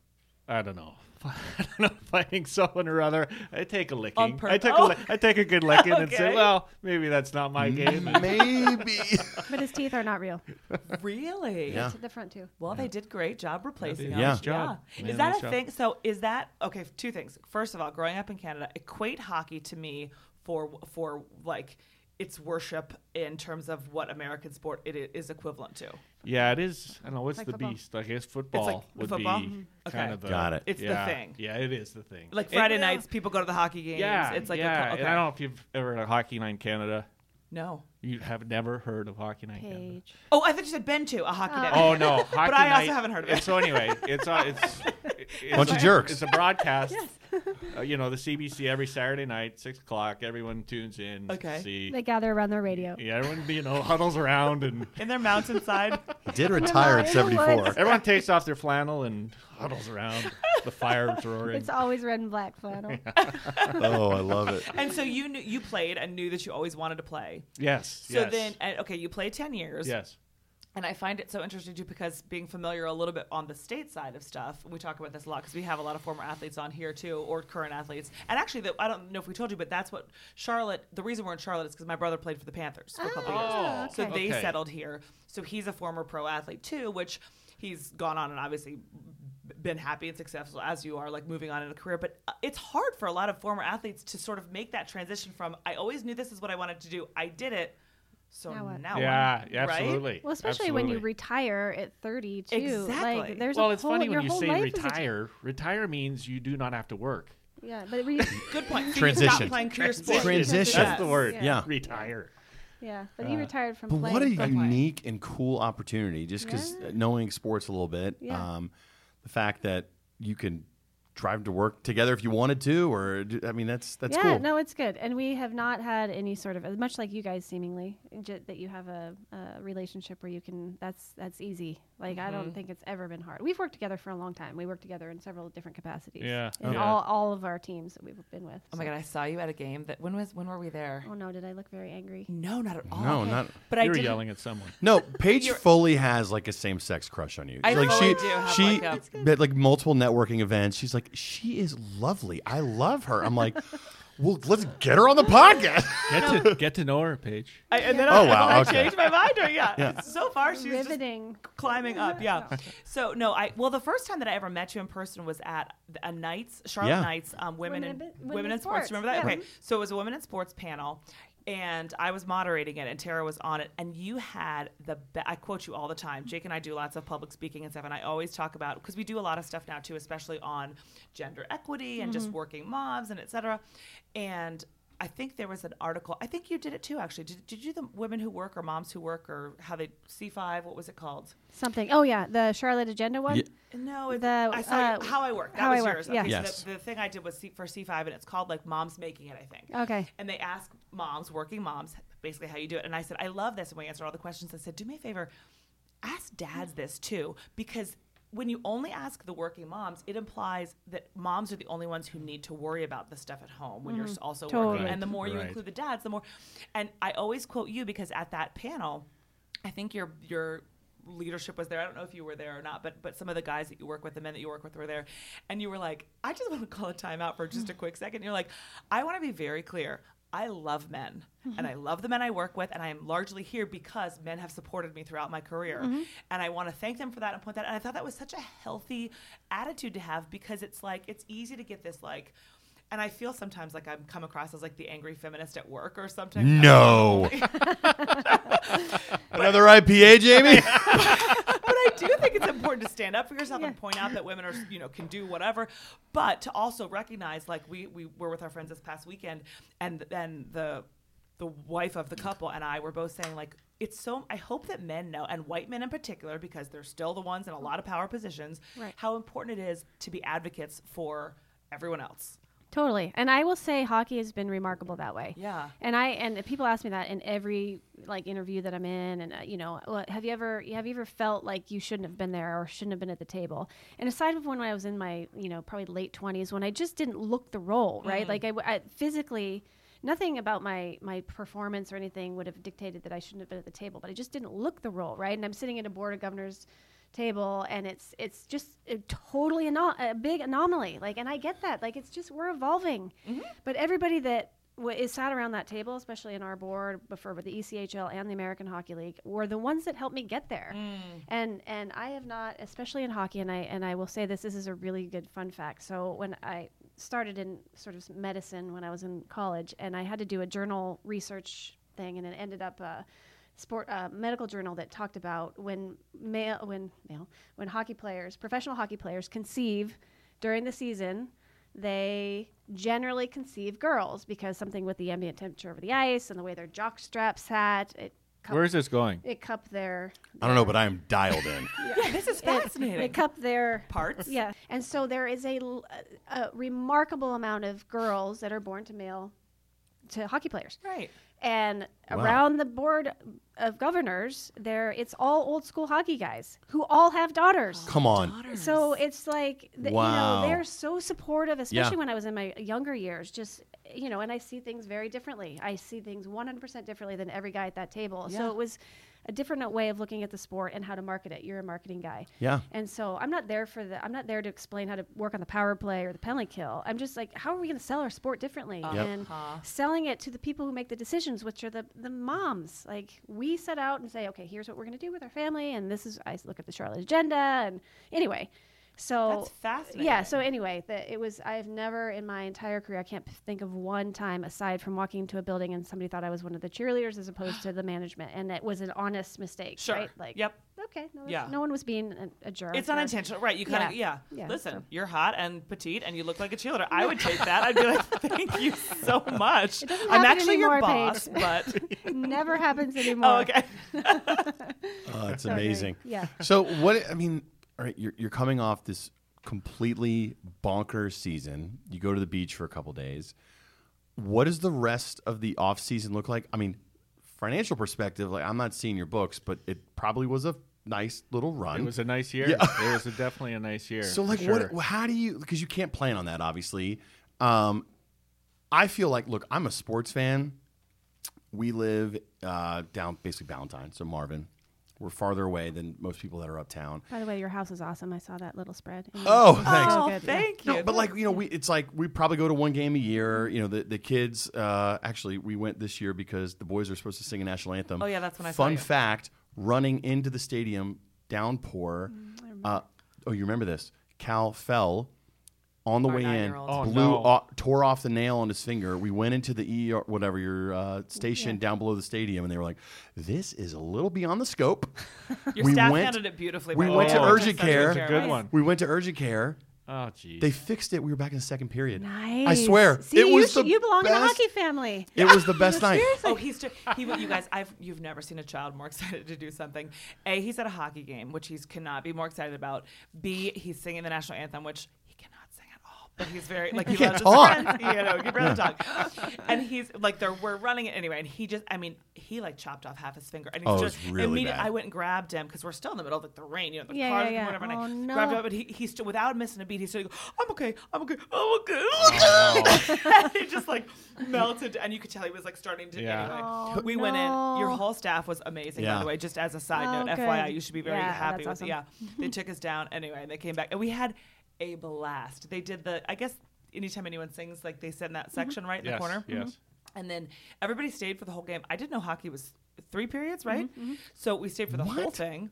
Speaker 5: I don't know. I don't know, fighting someone or other. I take a licking.
Speaker 3: purpose.
Speaker 5: I take
Speaker 3: Oh.
Speaker 5: a, li- I take a good licking and say,
Speaker 3: Okay.
Speaker 5: "Well, maybe that's not my game." And
Speaker 2: Maybe.
Speaker 4: but his teeth are not real.
Speaker 3: really?
Speaker 2: Yeah.
Speaker 4: To the front too.
Speaker 3: Well, they did great job replacing
Speaker 5: did
Speaker 3: them.
Speaker 2: a Yeah.
Speaker 5: nice job.
Speaker 3: Yeah.
Speaker 5: They
Speaker 3: Is
Speaker 5: did a
Speaker 3: that
Speaker 5: nice
Speaker 3: a
Speaker 5: job.
Speaker 3: thing? So is that okay? Two things. First of all, growing up in Canada, equate hockey to me for for like its worship in terms of what American sport it i- is equivalent to.
Speaker 5: yeah, it is. I don't know what's
Speaker 4: like
Speaker 5: the
Speaker 4: football.
Speaker 5: beast. I guess football would
Speaker 3: football?
Speaker 5: be
Speaker 3: Mhm.
Speaker 5: kind
Speaker 3: Okay.
Speaker 5: of a,
Speaker 2: Got it.
Speaker 3: It's the
Speaker 5: yeah.
Speaker 3: thing.
Speaker 5: Yeah, it is the thing.
Speaker 3: Like
Speaker 5: It-
Speaker 3: Friday
Speaker 5: yeah.
Speaker 3: nights, people go to the hockey games.
Speaker 5: Yeah,
Speaker 3: it's like
Speaker 5: yeah.
Speaker 3: A, co- okay.
Speaker 5: And I don't know if you've ever had a Hockey Night in Canada.
Speaker 3: no.
Speaker 5: You have never heard of Hockey Night in Canada.
Speaker 4: Page.
Speaker 3: Oh, I thought you said been to a hockey night.
Speaker 5: Oh no, Hockey
Speaker 3: I also
Speaker 5: Night-
Speaker 3: haven't heard of it.
Speaker 5: and So anyway, it's uh, it's, it's
Speaker 2: Bunch of jerks.
Speaker 5: It's a broadcast. uh, you know, the CBC every Saturday night, six o'clock. Everyone tunes in. to
Speaker 3: Okay.
Speaker 5: See,
Speaker 4: They gather around their radio.
Speaker 5: yeah, everyone you know huddles around and
Speaker 3: In their mountainside.
Speaker 2: He did retire at
Speaker 4: in the
Speaker 2: 74.
Speaker 4: woods.
Speaker 5: everyone takes off their flannel and huddles around. The fire's roaring.
Speaker 4: It's always red and black flannel.
Speaker 2: Oh, I love it.
Speaker 3: and so you knew you played and knew that you always wanted to play.
Speaker 5: yes.
Speaker 3: So
Speaker 5: yes,
Speaker 3: then, and, okay, you played ten years.
Speaker 5: yes.
Speaker 3: And I find it so interesting too because being familiar a little bit on the state side of stuff, we talk about this a lot because we have a lot of former athletes on here too, or current athletes. And actually, the, I don't know if we told you, but that's what Charlotte. The reason we're in Charlotte is because my brother played for the Panthers for a couple
Speaker 5: Oh,
Speaker 3: years, so they
Speaker 5: okay.
Speaker 3: settled here. So he's a former pro athlete too, which he's gone on and obviously been happy and successful as you are, like moving on in a career. But uh, it's hard for a lot of former athletes to sort of make that transition from I always knew this is what I wanted to do, I did it. So
Speaker 4: Now
Speaker 3: now,
Speaker 4: what?
Speaker 3: what?
Speaker 5: yeah.
Speaker 3: Right?
Speaker 5: Absolutely.
Speaker 4: Well, especially when you
Speaker 5: absolutely.
Speaker 4: retire at 30 too.
Speaker 3: Exactly.
Speaker 4: Like there's
Speaker 5: well,
Speaker 4: a
Speaker 5: it's
Speaker 4: whole,
Speaker 5: funny when
Speaker 4: your
Speaker 5: you
Speaker 4: whole
Speaker 5: say
Speaker 4: life is a-
Speaker 5: retire. retire means you do not have to work.
Speaker 4: yeah, but re-
Speaker 3: Good point.
Speaker 2: Transition.
Speaker 3: Transition. Stop playing career sports.
Speaker 2: Transition.
Speaker 5: That's the word.
Speaker 4: Yeah.
Speaker 2: Yeah.
Speaker 5: Retire.
Speaker 4: yeah, but
Speaker 5: Uh,
Speaker 4: he retired from
Speaker 2: But
Speaker 4: playing.
Speaker 2: what a
Speaker 4: for while.
Speaker 2: unique and cool opportunity, just because knowing sports a little bit,
Speaker 4: Yeah.
Speaker 2: um, the fact that you can drive to work together if you wanted to, or d- I mean, that's that's
Speaker 4: yeah,
Speaker 2: cool.
Speaker 4: no, it's good, and we have not had any sort of much like you guys seemingly j- that you have a, a relationship where you can that's that's easy. Like I
Speaker 5: Mm-hmm.
Speaker 4: don't think it's ever been hard. We've worked together for a long time. We worked together in several different capacities.
Speaker 5: Yeah.
Speaker 4: in
Speaker 5: Yeah.
Speaker 4: all all of our teams that we've been with.
Speaker 3: Oh my god, I saw you at a game. That when was when were we there?
Speaker 4: Oh no, did I look very angry?
Speaker 3: No, not at all.
Speaker 2: No, not-
Speaker 3: But I
Speaker 5: You're
Speaker 3: did
Speaker 5: yelling at someone.
Speaker 2: No, Paige fully has like a same sex crush on you.
Speaker 3: I
Speaker 2: like
Speaker 3: fully
Speaker 2: she,
Speaker 3: do have,
Speaker 2: she
Speaker 3: like, a- That's
Speaker 2: at like multiple networking events. She's like, she is lovely. I love her. I'm like, well, let's get her on the podcast.
Speaker 5: Get to get to know her, Paige.
Speaker 3: I, and then
Speaker 2: Oh,
Speaker 3: I,
Speaker 2: wow,
Speaker 3: I
Speaker 2: okay.
Speaker 3: changed my mind. Or, yeah. So far, she's just
Speaker 4: Riveting.
Speaker 3: climbing up. Yeah. So no, I well the first time that I ever met you in person was at a Knights Charlotte
Speaker 2: Yeah.
Speaker 3: Knights um, women
Speaker 4: Women
Speaker 3: in
Speaker 4: in bu-
Speaker 3: women in sports. Remember that?
Speaker 4: yeah.
Speaker 3: Okay. So it was a women in sports panel. and I was moderating it, and Tara was on it, and you had the be- I quote you all the time. Jake and I do lots of public speaking and stuff, and I always talk about because we do a lot of stuff now too, especially on gender equity and
Speaker 4: Mm-hmm.
Speaker 3: just working moms and etc. And I think there was an article. I think you did it too, actually. Did, did you do the women who work or moms who work or how they C five? What was it called?
Speaker 4: Something. Oh yeah, the Charlotte Agenda one.
Speaker 6: Yeah.
Speaker 3: No, it's,
Speaker 4: The,
Speaker 3: I saw
Speaker 4: uh,
Speaker 3: your- how I work. That
Speaker 4: How I
Speaker 3: was
Speaker 4: Work,
Speaker 3: yours.
Speaker 4: yeah.
Speaker 3: Okay,
Speaker 6: Yes.
Speaker 3: So the, the thing I did was C, for C five, and it's called like "Moms Making It," I think.
Speaker 4: Okay.
Speaker 3: And they ask moms, working moms, basically how you do it. And I said, I love this, and we answered all the questions. I said, do me a favor, ask dads this too, because when you only ask the working moms, it implies that moms are the only ones who need to worry about the stuff at home when you're also working.
Speaker 4: Mm-hmm. Totally.
Speaker 3: And the more you
Speaker 5: Right.
Speaker 3: include the dads, the more. And I always quote you because at that panel, I think your your leadership was there. I don't know if you were there or not, but but some of the guys that you work with, the men that you work with, were there, and you were like, I just want to call a timeout for just a quick second. You're like, I want to be very clear. I love men, and I love the men I work with, and I am largely here because men have supported me throughout my career, and I want to thank them for that and point that. And I thought that was such a healthy attitude to have because it's like it's easy to get this like. And I feel sometimes like I'm come across as like the angry feminist at work or something.
Speaker 2: No. Another IPA, Jamie?
Speaker 3: but I do think it's important to stand up for yourself and point out that women are, you know, can do whatever, but to also recognize, like we we were with our friends this past weekend, and then the the wife of the couple and I were both saying like it's so I hope that men know and white men in particular because they're still the ones in a lot of power positions
Speaker 4: Right.
Speaker 3: how important it is to be advocates for everyone else.
Speaker 4: Totally. And I will say hockey has been remarkable that way.
Speaker 3: Yeah.
Speaker 4: And I and people ask me that in every like interview that I'm in and uh, you know, well, have you ever have you ever felt like you shouldn't have been there or shouldn't have been at the table? And aside from when I was in my, you know, probably late 20s when I just didn't look the role, right? Like I, w- I- physically nothing about my my performance or anything would have dictated that I shouldn't have been at the table, but I just didn't look the role, right? And I'm sitting at a board of governors table and it's it's just a totally ano- a big anomaly like and i get that like it's just we're evolving but everybody that w- is sat around that table especially in our board before with the E echl and the american hockey league were the ones that helped me get there and and i have not especially in hockey and i and i will say this this is a really good fun fact so when i started in sort of medicine when i was in college and i had to do a journal research thing and it ended up uh, sport uh, medical journal that talked about when male when male when hockey players professional hockey players conceive during the season they generally conceive girls because something with the ambient temperature over the ice and the way their jock straps sat it cup,
Speaker 5: Where's this going?
Speaker 4: it cup their
Speaker 2: I don't know, but I am dialed in.
Speaker 3: Yeah, this is fascinating.
Speaker 4: it cup their
Speaker 3: Parts.
Speaker 4: yeah and so there is a, l- a remarkable amount of girls that are born to male to hockey players
Speaker 3: Right.
Speaker 4: and around the board of governors there it's all old school hockey guys who all have daughters
Speaker 2: Come on.
Speaker 4: so it's like th-
Speaker 2: Wow.
Speaker 4: you know they're so supportive especially
Speaker 2: Yeah.
Speaker 4: when i was in my younger years just you know and i see things very differently i see things 100% differently than every guy at that table
Speaker 3: Yeah.
Speaker 4: so it was a different way of looking at the sport and how to market it you're a marketing guy
Speaker 2: Yeah.
Speaker 4: and so i'm not there for the i'm not there to explain how to work on the power play or the penalty kill i'm just like how are we going to sell our sport differently
Speaker 3: Uh-huh.
Speaker 2: Yep.
Speaker 4: and selling it to the people who make the decisions, which are the, the moms. Like we set out and say, okay, here's what we're going to do with our family, and this is I look at the Charlotte agenda, and anyway, so
Speaker 3: That's fascinating.
Speaker 4: Yeah. So anyway, the, it was I've never in my entire career I can't p- think of one time aside from walking into a building and somebody thought I was one of the cheerleaders as opposed to the management, and that was an honest mistake,
Speaker 3: Sure.
Speaker 4: right? Like
Speaker 3: Yep.
Speaker 4: Okay. No,
Speaker 3: Yeah.
Speaker 4: no one was being a, a jerk.
Speaker 3: It's
Speaker 4: or-
Speaker 3: unintentional, right? You kind of yeah.
Speaker 4: Yeah. Yeah,
Speaker 3: Listen,
Speaker 4: so-
Speaker 3: you're hot and petite, and you look like a cheerleader. I would take that. I'd be like, thank you so much.
Speaker 4: doesn't
Speaker 3: I'm
Speaker 4: happen
Speaker 3: actually your
Speaker 4: anymore,
Speaker 3: boss,
Speaker 4: Paige.
Speaker 3: but
Speaker 4: Never happens anymore.
Speaker 3: oh, okay.
Speaker 2: Oh, it's
Speaker 4: Okay.
Speaker 2: amazing.
Speaker 4: Yeah.
Speaker 2: So what I mean, all right, you're you're coming off this completely bonkers season. You go to the beach for a couple days. What does the rest of the off season look like? I mean, financial perspective, like I'm not seeing your books, but it probably was a nice little run.
Speaker 5: It was a nice year. it was a, definitely a nice year.
Speaker 2: So
Speaker 5: for
Speaker 2: like,
Speaker 5: sure.
Speaker 2: what? How do you? Because you can't plan on that, obviously. Um, I feel like, look, I'm a sports fan. We live uh, down basically Valentine, so Marvin. We're farther away than most people that are uptown.
Speaker 4: By the way, your house is awesome. I saw that little spread.
Speaker 2: Oh, thanks.
Speaker 3: Oh,
Speaker 4: good, yeah.
Speaker 3: thank you.
Speaker 2: No, but like you know, we it's like we probably go to one game a year. You know, the the kids. Uh, actually, we went this year because the boys are supposed to sing a national anthem.
Speaker 3: Oh, yeah, that's when I saw
Speaker 2: Fun
Speaker 3: you.
Speaker 2: fact: running into the
Speaker 3: Mm,
Speaker 2: stadium, downpour. uh, oh, you remember this? Cal fell on the
Speaker 3: Our
Speaker 2: way in,
Speaker 3: nine-year-old.
Speaker 5: Oh,
Speaker 2: blew
Speaker 5: no.
Speaker 2: off, tore off the nail on his finger. We went into the ER, whatever your uh, station down below the stadium, and they were like, "This is a little beyond the scope."
Speaker 3: Your
Speaker 2: we
Speaker 3: staff
Speaker 2: went-
Speaker 3: handled it beautifully.
Speaker 2: we
Speaker 3: by the
Speaker 2: went
Speaker 3: way.
Speaker 5: to
Speaker 3: It was
Speaker 2: urgent
Speaker 3: such
Speaker 2: care.
Speaker 5: That's a good
Speaker 3: Nice.
Speaker 5: one.
Speaker 2: We went to urgent care.
Speaker 5: Oh, geez.
Speaker 2: They fixed it. We were back in the second period.
Speaker 4: Nice.
Speaker 2: I swear,
Speaker 4: See,
Speaker 2: it
Speaker 4: you,
Speaker 2: was
Speaker 4: sh-
Speaker 2: the
Speaker 4: you belong in a
Speaker 2: best-
Speaker 4: hockey family.
Speaker 2: It was the best night.
Speaker 3: Oh, he's t- he. You guys, I've you've never seen a child more excited to do something. A, he's at a hockey game, which he cannot be more excited about. B, he's singing the national anthem, which he cannot sing at all. But he's very like he,
Speaker 2: can't
Speaker 3: loves his
Speaker 2: talk.
Speaker 3: friends. You know, he can barely talk. And he's like, they're we're running it anyway, and he just, I mean, he like chopped off half his finger, and he's
Speaker 2: Oh, it was
Speaker 3: just
Speaker 2: really
Speaker 3: immediate-
Speaker 2: bad.
Speaker 3: I went and grabbed him because we're still in the middle of like, the rain, you know, the
Speaker 4: Yeah,
Speaker 3: cars
Speaker 4: yeah,
Speaker 3: and
Speaker 4: yeah.
Speaker 3: whatever.
Speaker 4: Oh,
Speaker 3: and I
Speaker 4: no.
Speaker 3: grabbed him, up, and he, he stood without missing a beat. He stood, go, I'm okay, I'm okay, I'm okay, I'm okay. and he just like melted, and you could tell he was like starting to.
Speaker 5: Yeah.
Speaker 3: Anyway,
Speaker 4: Oh,
Speaker 3: we went in. Your
Speaker 4: no.
Speaker 3: whole staff was amazing, by
Speaker 2: Yeah.
Speaker 3: the way. Just as a side
Speaker 4: Oh,
Speaker 3: note,
Speaker 4: good.
Speaker 3: FYI, you should be very
Speaker 4: Yeah,
Speaker 3: happy with
Speaker 4: that's
Speaker 3: it. Yeah, they took us down anyway. They came back, and we had a blast. They did the, I guess. Anytime anyone sings, like they send
Speaker 4: Mm-hmm.
Speaker 3: that section right in
Speaker 5: Yes,
Speaker 3: the corner.
Speaker 5: yes.
Speaker 3: And then everybody stayed for the whole game. I didn't know hockey was three periods, right? So we stayed for the whole thing.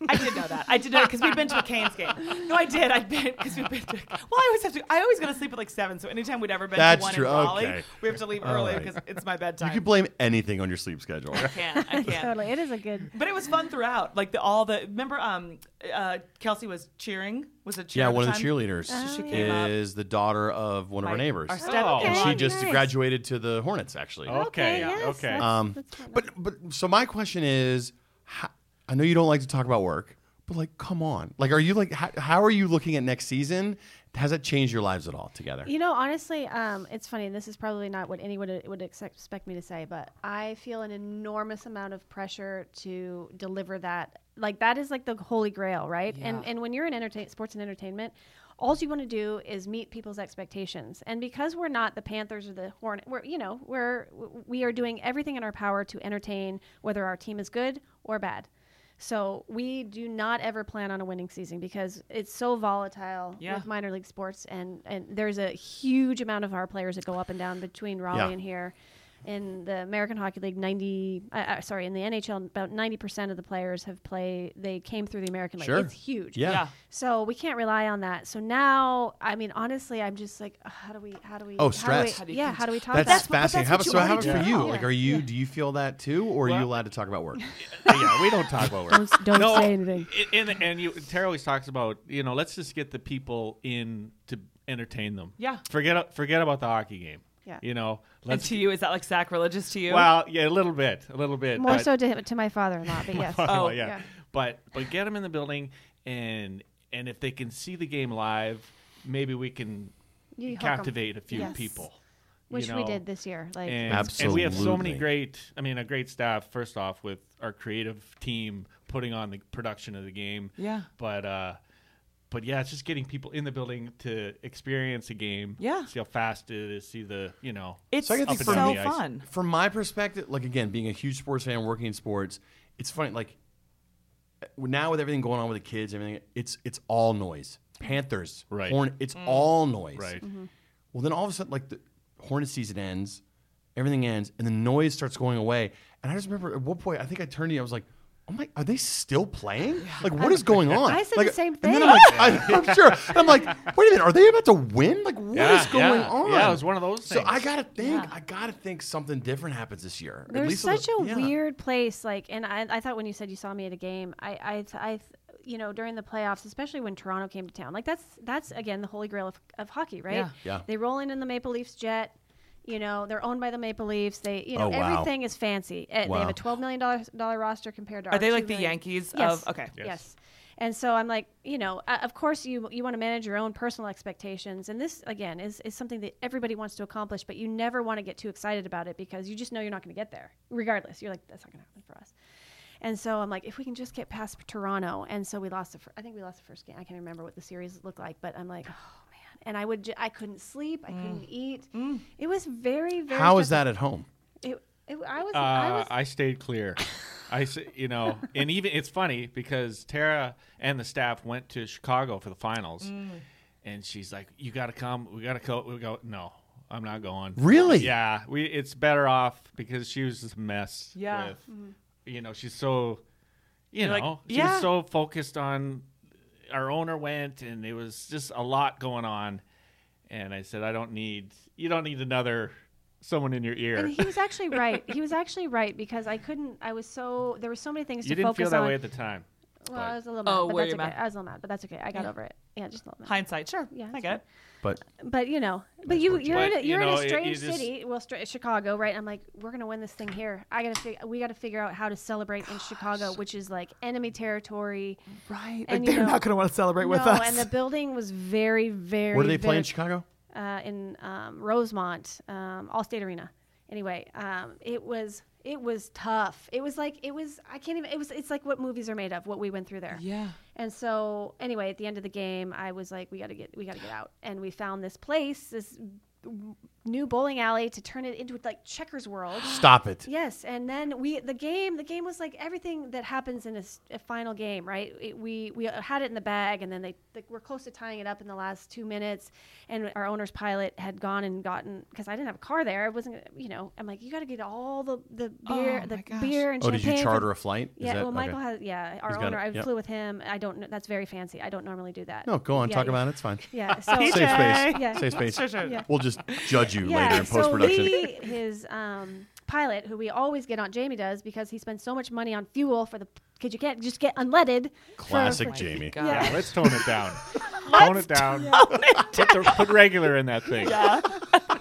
Speaker 3: Mm-hmm, I did know that. I did know because we've been to a Canes game. No, I did. I've been because we've been to. Well, I always have to. I always go to sleep at like seven. So anytime we'd ever been
Speaker 2: That's
Speaker 3: to one
Speaker 2: true.
Speaker 3: in Raleigh,
Speaker 2: Okay.
Speaker 3: we have to leave
Speaker 2: All
Speaker 3: early
Speaker 2: right.
Speaker 3: because it's my bedtime.
Speaker 2: You could blame anything on your sleep schedule.
Speaker 3: I can't. I can't.
Speaker 4: Totally. It is a good.
Speaker 3: But it was fun throughout. Like the all the remember um uh Kelsey was cheering was a cheer.
Speaker 2: yeah,
Speaker 3: at
Speaker 2: one of the
Speaker 3: time?
Speaker 2: cheerleaders
Speaker 3: she came up.
Speaker 2: is the daughter of one of
Speaker 3: My-
Speaker 2: our neighbors.
Speaker 3: our step-
Speaker 5: Oh.
Speaker 2: and
Speaker 4: Okay,
Speaker 2: she just
Speaker 4: nice.
Speaker 2: graduated to the Hornets,
Speaker 3: Mm-hmm.
Speaker 2: actually.
Speaker 5: Oh. Okay, yeah,
Speaker 4: yes,
Speaker 5: okay.
Speaker 4: that's-
Speaker 2: Um,
Speaker 4: that's not
Speaker 2: But but so my question is, ho- I know you don't like to talk about work, but like, come on, like, are you like, how, how are you looking at next season? Has that changed your lives at all together?
Speaker 4: You know, honestly, um, it's funny. and This is probably not what anyone would- would ex- expect me to say, but I feel an enormous amount of pressure to deliver that. Like that is like the holy grail, right? And and when you're in entertain sports and entertainment, all you want to do is meet people's expectations. And because we're not the Panthers or the Hornet, we're you know we're w- we are doing everything in our power to entertain, whether our team is good or bad. So we do not ever plan on a winning season because it's so volatile
Speaker 3: Yeah.
Speaker 4: with minor league sports, and and there's a huge amount of our players that go up and down between Raleigh
Speaker 2: Yeah.
Speaker 4: and here. In the American Hockey League, ninety uh, uh, sorry, in the NHL, about ninety percent of the players have play. They came through the American League.
Speaker 2: Sure.
Speaker 4: It's huge.
Speaker 2: Yeah.
Speaker 3: Yeah.
Speaker 4: So we can't rely on that. So now, I mean, honestly, I'm just like, "Ugh, how do we, how do we,
Speaker 2: Oh,
Speaker 4: how do
Speaker 2: stress.
Speaker 4: we- yeah, how do we talk
Speaker 2: That's,
Speaker 4: about?
Speaker 2: fascinating.
Speaker 3: that's
Speaker 2: how
Speaker 3: what
Speaker 2: about, so
Speaker 3: you
Speaker 2: how about for
Speaker 4: already
Speaker 2: you?
Speaker 4: do.
Speaker 2: Like, are you? Do you feel that too, or are you
Speaker 5: Well-
Speaker 2: allowed to talk about work?
Speaker 5: yeah, we don't talk about work.
Speaker 4: Don't- don't say anything.
Speaker 5: i- And, and you, Tara always talks about you know let's just get the people in to entertain them.
Speaker 3: Yeah.
Speaker 5: Forget forget about the hockey game.
Speaker 4: Yeah.
Speaker 5: You know
Speaker 3: And
Speaker 5: let's.
Speaker 3: to you, is that like sacrilegious to you?
Speaker 5: Well, yeah, a little bit, a little bit.
Speaker 2: uh,
Speaker 4: More
Speaker 5: but-
Speaker 4: so to him, to my father-in-law, but yes.
Speaker 5: Oh
Speaker 3: Oh,
Speaker 5: yeah.
Speaker 4: yeah.
Speaker 5: But but get them in the building and and if they can see the game live, maybe we can
Speaker 4: You hook 'em.
Speaker 5: captivate a few
Speaker 4: Yes.
Speaker 5: people. you
Speaker 4: Which we
Speaker 5: know?
Speaker 4: did this year. Like,
Speaker 5: And, and
Speaker 2: Absolutely.
Speaker 5: we have so many great, I mean, a great staff, first off, with our creative team putting on the production of the game.
Speaker 3: Yeah.
Speaker 5: But, uh, but yeah, it's just getting people in the building to experience a game.
Speaker 3: Yeah.
Speaker 5: See how fast it is, see the, you know.
Speaker 3: it's
Speaker 2: So I
Speaker 3: so,
Speaker 2: gotta think
Speaker 5: for me, I-
Speaker 3: fun.
Speaker 2: From my perspective, like again, being a huge sports fan, working in sports, it's funny. Like now with everything going on with the kids, everything, it's it's all noise. Panthers,
Speaker 5: Right.
Speaker 2: Horn, it's
Speaker 4: Mm.
Speaker 2: all noise.
Speaker 5: Right.
Speaker 4: Mm-hmm.
Speaker 2: Well, then all of a sudden, like the Hornet season ends, everything ends, and the noise starts going away. And I just remember at one point, I think I turned to you, I was like. Oh my! Are they still playing? Like, what is going on?
Speaker 4: I said
Speaker 2: Like,
Speaker 4: the same
Speaker 2: and then
Speaker 4: thing.
Speaker 2: I'm like, I, am sure. And I'm like, wait a minute, are they about to win? Like, what is
Speaker 5: Yeah,
Speaker 2: going
Speaker 5: yeah.
Speaker 2: on?
Speaker 5: Yeah, it was one of those
Speaker 2: So I got
Speaker 5: things.
Speaker 2: gotta think. I gotta think something different happens this year. At
Speaker 4: There's
Speaker 2: least
Speaker 4: such a
Speaker 2: yeah.
Speaker 4: weird place. Like, and I, I thought when you said you saw me at a game, I, I, th- I, th- you know, during the playoffs, especially when Toronto came to town, like that's that's again the holy grail of, of hockey, right?
Speaker 3: Yeah.
Speaker 2: Yeah.
Speaker 4: They roll in in the Maple Leafs jet. You know, they're owned by the Maple Leafs. They, you know,
Speaker 2: Oh, wow.
Speaker 4: everything is fancy. Uh, They have
Speaker 2: Wow.
Speaker 4: a twelve million dollar dollar roster compared to.
Speaker 3: Are they like the Yankees
Speaker 4: Yes.
Speaker 3: of? Okay.
Speaker 4: Yes. And so I'm like, you know, uh, of course you you want to manage your own personal expectations, and this again is is something that everybody wants to accomplish, but you never want to get too excited about it because you just know you're not going to get there, regardless. You're like, that's not going to happen for us. And so I'm like, if we can just get past Toronto, and so we lost the, fir- I think we lost the first game. I can't remember what the series looked like, but I'm like, oh man. And I would, ju- I couldn't sleep, I couldn't eat. It was very, very.
Speaker 2: How is
Speaker 4: stressful.
Speaker 2: that at home?
Speaker 4: It, it, I was, I
Speaker 5: Uh,
Speaker 4: was.
Speaker 5: I stayed clear. I, s- you know, and even it's funny because Tara and the staff went to Chicago for the finals,
Speaker 4: Mm.
Speaker 5: and she's like, "You got to come. We got to go. We go. No, I'm not going.
Speaker 2: Really?
Speaker 5: Yeah. We. It's better off because she was just a mess.
Speaker 3: Yeah.
Speaker 5: With,
Speaker 4: Mm-hmm.
Speaker 5: You know, she's so. You
Speaker 3: You're like,
Speaker 5: know, she's
Speaker 3: yeah.
Speaker 5: so focused on our owner went, and it was just a lot going on. And I said, I don't need you don't need another someone in your ear.
Speaker 4: And he was actually right. He was actually right because I couldn't. I was so there were so many things
Speaker 5: You
Speaker 4: to
Speaker 5: didn't
Speaker 4: focus
Speaker 5: feel that
Speaker 4: on.
Speaker 5: way at the time.
Speaker 4: well, I was a little mad,
Speaker 3: Oh,
Speaker 4: but
Speaker 3: were
Speaker 4: that's
Speaker 3: you
Speaker 4: okay.
Speaker 3: mad?
Speaker 4: I was a little mad, but that's okay. I got over it. Yeah, just a little mad.
Speaker 3: Hindsight, sure.
Speaker 4: Yeah,
Speaker 3: I
Speaker 4: that's
Speaker 3: get it.
Speaker 2: But
Speaker 4: But you know, but you you're in a,
Speaker 5: But, you
Speaker 4: you're
Speaker 5: know,
Speaker 4: in
Speaker 5: it-
Speaker 4: a
Speaker 5: you
Speaker 4: strange
Speaker 5: just-
Speaker 4: city. Well, stra- Chicago, right? I'm like, we're gonna win this thing here. I gotta fig- we gotta figure out how to celebrate in Chicago, which is like enemy territory.
Speaker 7: Right.
Speaker 4: And,
Speaker 7: like
Speaker 4: you
Speaker 7: they're
Speaker 4: know-
Speaker 7: not going to want to celebrate with
Speaker 4: no,
Speaker 7: us.
Speaker 4: and the building was very very.
Speaker 2: where do they play in
Speaker 4: vivid-
Speaker 2: Chicago?
Speaker 4: uh, in um, Rosemont, um, Allstate Arena. Anyway, um, it was it was tough. It was like it was I can't even. It was it's like what movies are made of. What we went through there.
Speaker 3: Yeah.
Speaker 4: And so anyway, at the end of the game, I was like, we got to get we got to get out, and we found this place, this w- new bowling alley to turn it into like Checkers World.
Speaker 2: Stop it.
Speaker 4: Yes, and then we the game the game was like everything that happens in a, s- a final game, right? It- we we had it in the bag, and then they, they we're close to tying it up in the last two minutes, and our owner's pilot had gone and gotten because I didn't have a car there. I wasn't, gonna- you know, I'm like, you got to get all the the beer,
Speaker 3: Oh,
Speaker 4: the
Speaker 3: my gosh.
Speaker 4: beer and
Speaker 2: Oh, did
Speaker 4: champagne.
Speaker 2: you
Speaker 4: for-
Speaker 2: charter a flight? Is
Speaker 4: yeah,
Speaker 2: that-
Speaker 4: well, Michael
Speaker 2: okay.
Speaker 4: has yeah our
Speaker 2: He's got
Speaker 4: owner.
Speaker 2: it,
Speaker 4: I
Speaker 2: yep.
Speaker 4: flew with him. I don't. kn- That's very fancy. I don't normally do that.
Speaker 2: No, go on.
Speaker 4: Yeah,
Speaker 2: talk
Speaker 4: yeah.
Speaker 2: about it. It's fine.
Speaker 4: Yeah. So
Speaker 2: Safe space.
Speaker 4: Yeah.
Speaker 2: Safe space. We'll just judge you
Speaker 4: yeah,
Speaker 2: later in post production.
Speaker 4: So Lee, his um, pilot, who we always get on, Jamie does because he spends so much money on fuel for the because you can't just get unleaded. for-
Speaker 2: Classic
Speaker 4: for-
Speaker 2: Jamie.
Speaker 3: God.
Speaker 5: Yeah,
Speaker 4: Yeah.
Speaker 5: let's tone it down. tone it down. Put, the, put regular in that thing.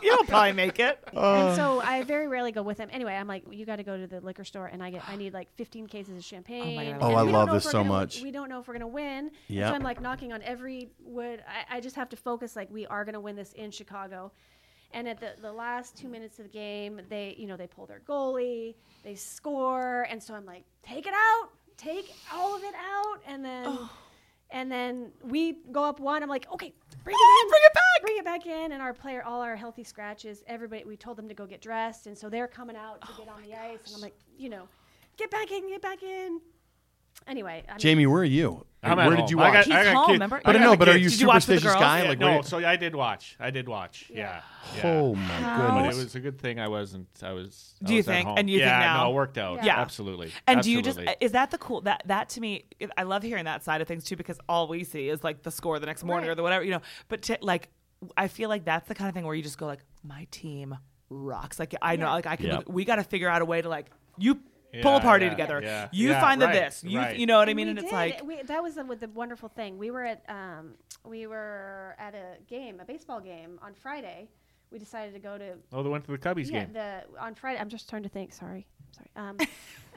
Speaker 7: You'll probably make it.
Speaker 5: Oh,
Speaker 2: Oh.
Speaker 4: and so I very rarely go with him. Anyway, I'm like, you got to go to the liquor store, and I get I need like 15 cases of champagne.
Speaker 3: God, I
Speaker 4: and
Speaker 2: love
Speaker 4: we don't
Speaker 2: it.
Speaker 4: know
Speaker 2: Oh, I love
Speaker 4: if
Speaker 2: this
Speaker 4: we're
Speaker 2: so
Speaker 4: gonna-
Speaker 2: much.
Speaker 4: We don't know if we're gonna win. And
Speaker 2: Yeah.
Speaker 4: So I'm like knocking on every wood. I, I just have to focus like we are gonna win this in Chicago. And at the, the last two minutes of the game, they you know they pull their goalie, they score, and so I'm like, take it out, take all of it out, and then. And then we go up one. I'm like, okay, bring it in, bring it back, bring it back in. And our player, all our healthy scratches, everybody. We told them to go get dressed, and so they're coming out to get on the ice. And I'm like, you know, get back in, get back in. Anyway, I mean,
Speaker 2: Jamie, where are you?
Speaker 5: I'm at
Speaker 2: where did
Speaker 5: home.
Speaker 2: you
Speaker 5: I
Speaker 2: watch?
Speaker 5: got-
Speaker 3: He's
Speaker 5: I got
Speaker 3: home,
Speaker 5: kids.
Speaker 3: remember?
Speaker 2: but
Speaker 5: I
Speaker 3: Yeah.
Speaker 5: no,
Speaker 2: no, but are
Speaker 3: kids.
Speaker 2: you
Speaker 3: Did you watch with the
Speaker 2: superstitious
Speaker 3: girls?
Speaker 2: guy?
Speaker 5: Yeah,
Speaker 2: like,
Speaker 5: no,
Speaker 2: where-
Speaker 5: so I did watch. I did watch. Yeah. yeah.
Speaker 2: oh my
Speaker 5: But it
Speaker 2: goodness.
Speaker 5: was a good thing I wasn't. I was. I
Speaker 3: Do you
Speaker 5: was at
Speaker 3: think-
Speaker 5: home.
Speaker 3: and you think
Speaker 5: yeah,
Speaker 3: now?
Speaker 5: No, it worked out.
Speaker 3: Yeah.
Speaker 5: absolutely.
Speaker 3: And do you just uh,
Speaker 5: absolutely.
Speaker 3: is that the cool that that to me I love hearing that side of things too because all we see is like the score the next morning or
Speaker 4: Right.
Speaker 3: the whatever you know but to, like I feel like that's the kind of thing where you just go like my team rocks like I know
Speaker 4: Yeah.
Speaker 3: like I can
Speaker 2: Yeah.
Speaker 3: we got to figure out a way to like you pull
Speaker 5: Yeah,
Speaker 3: a party
Speaker 5: yeah,
Speaker 3: together
Speaker 5: yeah.
Speaker 3: you
Speaker 5: Yeah,
Speaker 3: find
Speaker 5: right,
Speaker 3: the this you
Speaker 5: right.
Speaker 3: you know what I mean
Speaker 4: we
Speaker 3: and it's
Speaker 4: did.
Speaker 3: like
Speaker 4: we, that was the, with the wonderful thing. We were at um, we were at a game, a baseball game on Friday. We decided to go to
Speaker 5: Oh, they went to the Cubbies
Speaker 4: yeah
Speaker 5: game.
Speaker 4: the on Friday. I'm just trying to think. Sorry, sorry. Um,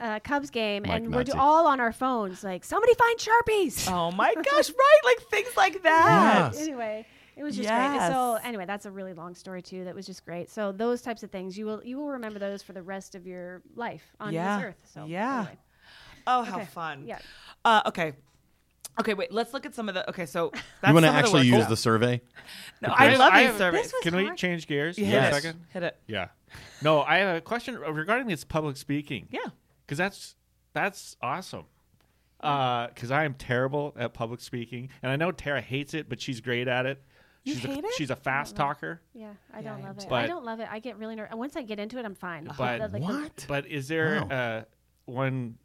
Speaker 4: uh, Cubs game,
Speaker 2: Mike
Speaker 4: and we're do-
Speaker 2: Nazi.
Speaker 4: all on our phones. Like somebody find sharpies.
Speaker 3: oh my gosh right like things like that
Speaker 2: Yes.
Speaker 4: Anyway, it was just
Speaker 3: Yes.
Speaker 4: great. So anyway, that's a really long story too. That was just great. So those types of things you will you will remember those for the rest of your life on
Speaker 3: Yeah.
Speaker 4: this earth. So
Speaker 3: Yeah.
Speaker 4: anyway.
Speaker 3: oh how
Speaker 4: Okay.
Speaker 3: fun
Speaker 4: Yeah.
Speaker 3: uh, okay okay wait let's look at some of the okay so that's
Speaker 2: you want to
Speaker 3: some of the
Speaker 2: actually
Speaker 3: work-
Speaker 2: use the survey?
Speaker 3: no, I love
Speaker 5: I
Speaker 3: these
Speaker 5: have-
Speaker 3: surveys
Speaker 4: was
Speaker 5: Can we
Speaker 4: hard.
Speaker 5: change gears for
Speaker 3: hit
Speaker 5: a
Speaker 3: it
Speaker 5: second?
Speaker 3: hit it
Speaker 5: Yeah. No, I have a question regarding this public speaking.
Speaker 3: yeah
Speaker 5: because that's that's awesome. Because I am terrible at public speaking, and I know Tara hates it, but she's great at it.
Speaker 3: You
Speaker 5: she's
Speaker 3: hate
Speaker 5: a,
Speaker 3: it? Oh.
Speaker 5: She's a fast talker.
Speaker 4: Yeah, I
Speaker 3: Yeah,
Speaker 4: don't
Speaker 3: I
Speaker 4: love
Speaker 3: am
Speaker 4: it.
Speaker 5: too.
Speaker 4: I
Speaker 5: But-
Speaker 4: don't love it. I get really nervous. Once I get into it, I'm fine.
Speaker 5: But-
Speaker 4: The- like the
Speaker 2: What?
Speaker 5: But is there uh, one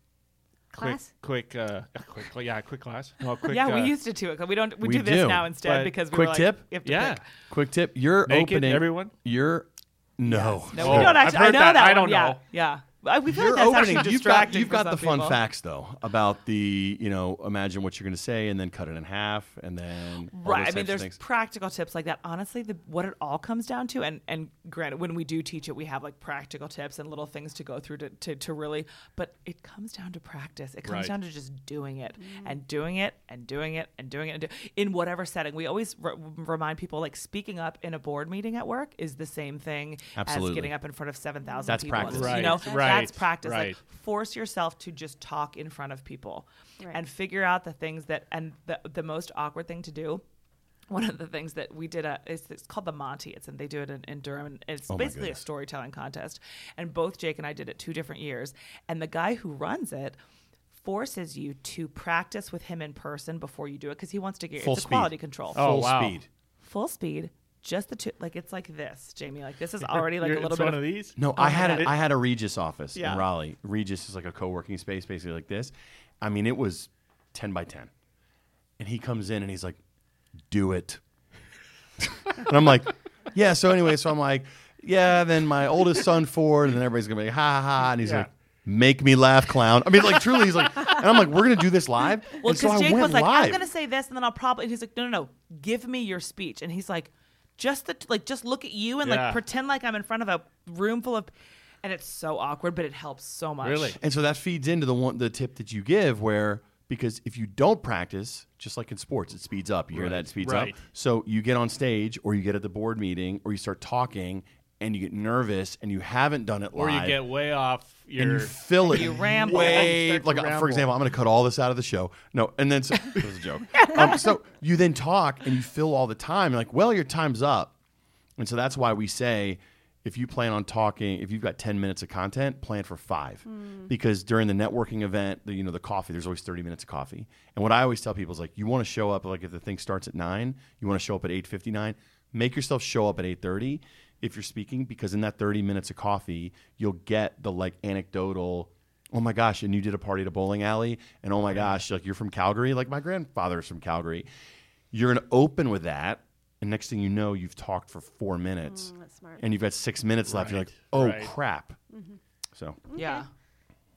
Speaker 4: Class?
Speaker 5: quick, quick, uh, quick, yeah, quick class? No, quick.
Speaker 3: yeah,
Speaker 5: uh,
Speaker 3: we used to do it. 'cause We don't. We,
Speaker 2: we
Speaker 3: do this
Speaker 2: do,
Speaker 3: now instead
Speaker 5: but-
Speaker 3: because we
Speaker 2: Quick
Speaker 3: were like,
Speaker 2: tip?
Speaker 3: You have to
Speaker 5: Yeah,
Speaker 3: pick.
Speaker 2: Quick tip: You're
Speaker 5: Naked,
Speaker 2: opening
Speaker 5: everyone?
Speaker 2: You're no.
Speaker 3: No, we
Speaker 5: Oh,
Speaker 3: don't
Speaker 5: I've
Speaker 3: actually. I
Speaker 5: heard
Speaker 3: know
Speaker 5: that.
Speaker 3: that.
Speaker 5: I
Speaker 3: one.
Speaker 5: don't
Speaker 3: yeah.
Speaker 5: know.
Speaker 3: Yeah, I, we feel
Speaker 2: You're
Speaker 3: like that's
Speaker 2: opening.
Speaker 3: actually
Speaker 2: You've got
Speaker 3: distracting.
Speaker 2: you've
Speaker 3: for
Speaker 2: got
Speaker 3: some
Speaker 2: the fun
Speaker 3: people.
Speaker 2: facts though about the you know imagine what you're going to say and then cut it in half and then all
Speaker 3: Right. I
Speaker 2: those
Speaker 3: mean,
Speaker 2: types of
Speaker 3: there's
Speaker 2: things.
Speaker 3: practical tips like that. Honestly, the, what it all comes down to, and and granted, when we do teach it, we have like practical tips and little things to go through to to, to really. But it comes down to practice. It comes
Speaker 5: Right.
Speaker 3: down to just doing it and doing it and doing it and doing it and do, in whatever setting. We always re- remind people like speaking up in a board meeting at work is the same thing
Speaker 2: Absolutely.
Speaker 3: as getting up in front of seven thousand.
Speaker 2: That's
Speaker 3: people.
Speaker 2: practice.
Speaker 5: Right,
Speaker 3: You know,
Speaker 5: right,
Speaker 3: that's practice.
Speaker 5: right.
Speaker 3: Like force yourself to just talk in front of people
Speaker 4: Right.
Speaker 3: and figure out the things that and the, the most awkward thing to do one of the things that we did a, it's, it's called the monty it's and they do it in, in durham and it's
Speaker 2: my
Speaker 3: basically a
Speaker 2: goodness.
Speaker 3: storytelling contest and both jake and i did it two different years and the guy who runs it forces you to practice with him in person before you do it because he wants to get
Speaker 2: Full
Speaker 3: it's a
Speaker 2: speed.
Speaker 3: quality control
Speaker 5: Oh,
Speaker 2: full
Speaker 5: wow.
Speaker 2: speed.
Speaker 3: full speed just the two like it's like this jamie like this is already like
Speaker 5: You're-
Speaker 3: a little
Speaker 5: it's
Speaker 3: bit
Speaker 5: one
Speaker 3: of,
Speaker 5: of these.
Speaker 2: No, I had
Speaker 5: God.
Speaker 2: a, I had a Regis office
Speaker 3: Yeah.
Speaker 2: in Raleigh. Regis is like a co-working space, basically like this. I mean, it was ten by ten, And he comes in and he's like, do it. and I'm like, yeah. So anyway, so I'm like, yeah. Then my oldest son Ford, and then everybody's gonna be like, ha ha. ha. And he's
Speaker 5: Yeah.
Speaker 2: like, make me laugh, clown. I mean, like truly, he's like, and I'm like, we're gonna do this live.
Speaker 3: Well,
Speaker 2: and so
Speaker 3: because
Speaker 2: I
Speaker 3: Jake
Speaker 2: went
Speaker 3: was like,
Speaker 2: live.
Speaker 3: "I'm gonna say this," and then I'll probably. And he's like, "No, no, no, give me your speech." And he's like, "Just the like, just look at you and
Speaker 5: Yeah.
Speaker 3: like pretend like I'm in front of a room full of." And it's so awkward, but it helps so much.
Speaker 5: Really?
Speaker 2: And so that feeds into the one the tip that you give where because if you don't practice, just like in sports, it speeds up. You hear that it speeds
Speaker 5: right.
Speaker 2: up. So you get on stage or you get at the board meeting or you start talking and you get nervous and you haven't done it
Speaker 5: Or
Speaker 2: live.
Speaker 5: you get way off your.
Speaker 2: and you fill it
Speaker 3: you ramble.
Speaker 2: way-
Speaker 5: You start to
Speaker 2: like uh,
Speaker 5: ramble.
Speaker 2: for example, I'm going to cut all this out of the show. No, and then so, it was a joke. Um, so you then talk and you fill all the time. You're like, well, your time's up, and so that's why we say if you plan on talking, if you've got 10 minutes of content, plan for five,
Speaker 5: Hmm.
Speaker 2: because during the networking event, the, you know, the coffee, there's always 30 minutes of coffee. And what I always tell people is like, you want to show up like if the thing starts at nine, you want to show up at 8:59. Make yourself show up at 8:30 if you're speaking, because in that 30 minutes of coffee, you'll get the like anecdotal oh my gosh, and you did a party at a bowling alley, and oh my gosh, like you're from Calgary, like my grandfather's from Calgary. You're gonna open with that, and next thing you know, you've talked for four minutes,
Speaker 4: Mm, that's smart. Mm-hmm.
Speaker 2: and you've got six minutes left. You're like, oh
Speaker 5: right.
Speaker 2: crap. So
Speaker 3: Yeah.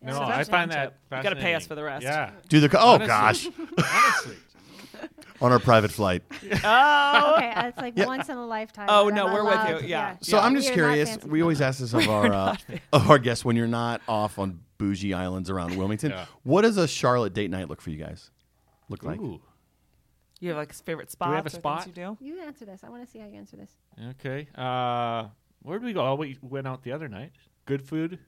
Speaker 5: no,
Speaker 3: So
Speaker 5: I
Speaker 3: that's
Speaker 5: find
Speaker 3: the
Speaker 5: that.
Speaker 3: tip. You gotta pay us
Speaker 5: fascinating.
Speaker 3: for the rest.
Speaker 5: Yeah.
Speaker 2: do the co- oh
Speaker 5: Honestly.
Speaker 2: gosh
Speaker 5: Honestly.
Speaker 2: on our private flight.
Speaker 4: okay, uh, it's like once in a lifetime.
Speaker 3: Oh,
Speaker 4: that
Speaker 3: no,
Speaker 4: I'm
Speaker 3: we're with
Speaker 4: allowed
Speaker 3: you,
Speaker 4: to-
Speaker 3: yeah.
Speaker 2: So I'm just
Speaker 4: We are not
Speaker 2: curious.
Speaker 4: fancy
Speaker 2: We always ask this of our uh, of our guests when you're not off on bougie islands around Wilmington.
Speaker 5: Yeah.
Speaker 2: What does a Charlotte date night look for you guys? Look like
Speaker 5: Ooh.
Speaker 3: You have like favorite spots.
Speaker 5: we have a
Speaker 3: or things
Speaker 5: spot?
Speaker 3: you do?
Speaker 4: You answer this. I want to see how you answer this.
Speaker 5: Okay. Uh, where did we go? Oh, we went out the other night. Good food.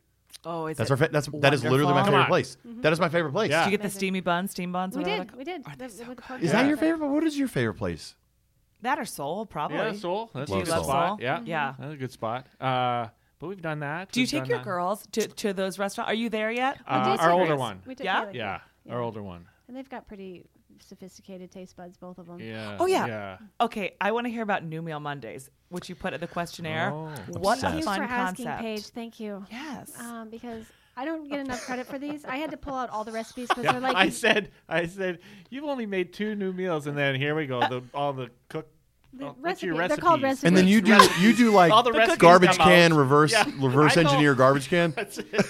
Speaker 3: Oh, is
Speaker 2: that's
Speaker 3: it
Speaker 2: our fa- that's that is literally my favorite
Speaker 3: wonderful?
Speaker 5: on. Mm-hmm.
Speaker 2: place. That is my favorite place.
Speaker 5: Yeah.
Speaker 3: Did you get the steamy buns, steam buns?
Speaker 4: We
Speaker 3: whatever
Speaker 4: did.
Speaker 3: they're
Speaker 4: We did. The- the- the-
Speaker 2: Is
Speaker 5: Yeah.
Speaker 2: that your favorite? What is your favorite place?
Speaker 3: called. That or soul, probably.
Speaker 5: Yeah, Seoul. That's a
Speaker 2: Love
Speaker 5: good
Speaker 2: Seoul.
Speaker 3: Seoul?
Speaker 5: spot. Yeah.
Speaker 3: Oh, Yeah.
Speaker 5: That's a good spot. Uh, but we've done that.
Speaker 3: Do you
Speaker 5: We've
Speaker 3: take
Speaker 5: done
Speaker 3: your
Speaker 5: that.
Speaker 3: girls to, to those restaurants? Are you there yet?
Speaker 4: We
Speaker 5: Uh,
Speaker 4: did
Speaker 5: our
Speaker 4: take
Speaker 5: older
Speaker 4: ours.
Speaker 5: one.
Speaker 4: We did
Speaker 3: Yeah?
Speaker 4: Taylor.
Speaker 5: Yeah, our older one.
Speaker 4: And they've got pretty sophisticated taste buds, both of them.
Speaker 5: Yeah.
Speaker 3: Oh, yeah.
Speaker 5: Yeah.
Speaker 3: Okay, I want to hear about New Meal Mondays, which you put at the questionnaire.
Speaker 5: Oh.
Speaker 3: What
Speaker 4: Thank
Speaker 3: a
Speaker 4: you
Speaker 3: fun
Speaker 4: for asking,
Speaker 3: concept.
Speaker 4: Paige. Thank you.
Speaker 3: Yes.
Speaker 4: Um, because I don't get enough credit for these. I had to pull out all the recipes because they're like
Speaker 5: I said, I said, you've only made two new meals, and then here we go, the, all the cook.
Speaker 4: the
Speaker 5: oh, what's your
Speaker 4: recipe- they're called
Speaker 5: recipes?
Speaker 2: And then you do you do like
Speaker 5: All the recipes
Speaker 2: garbage
Speaker 5: come out.
Speaker 2: can reverse
Speaker 5: Yeah.
Speaker 2: reverse
Speaker 5: I know.
Speaker 2: engineer garbage can. Oh
Speaker 3: so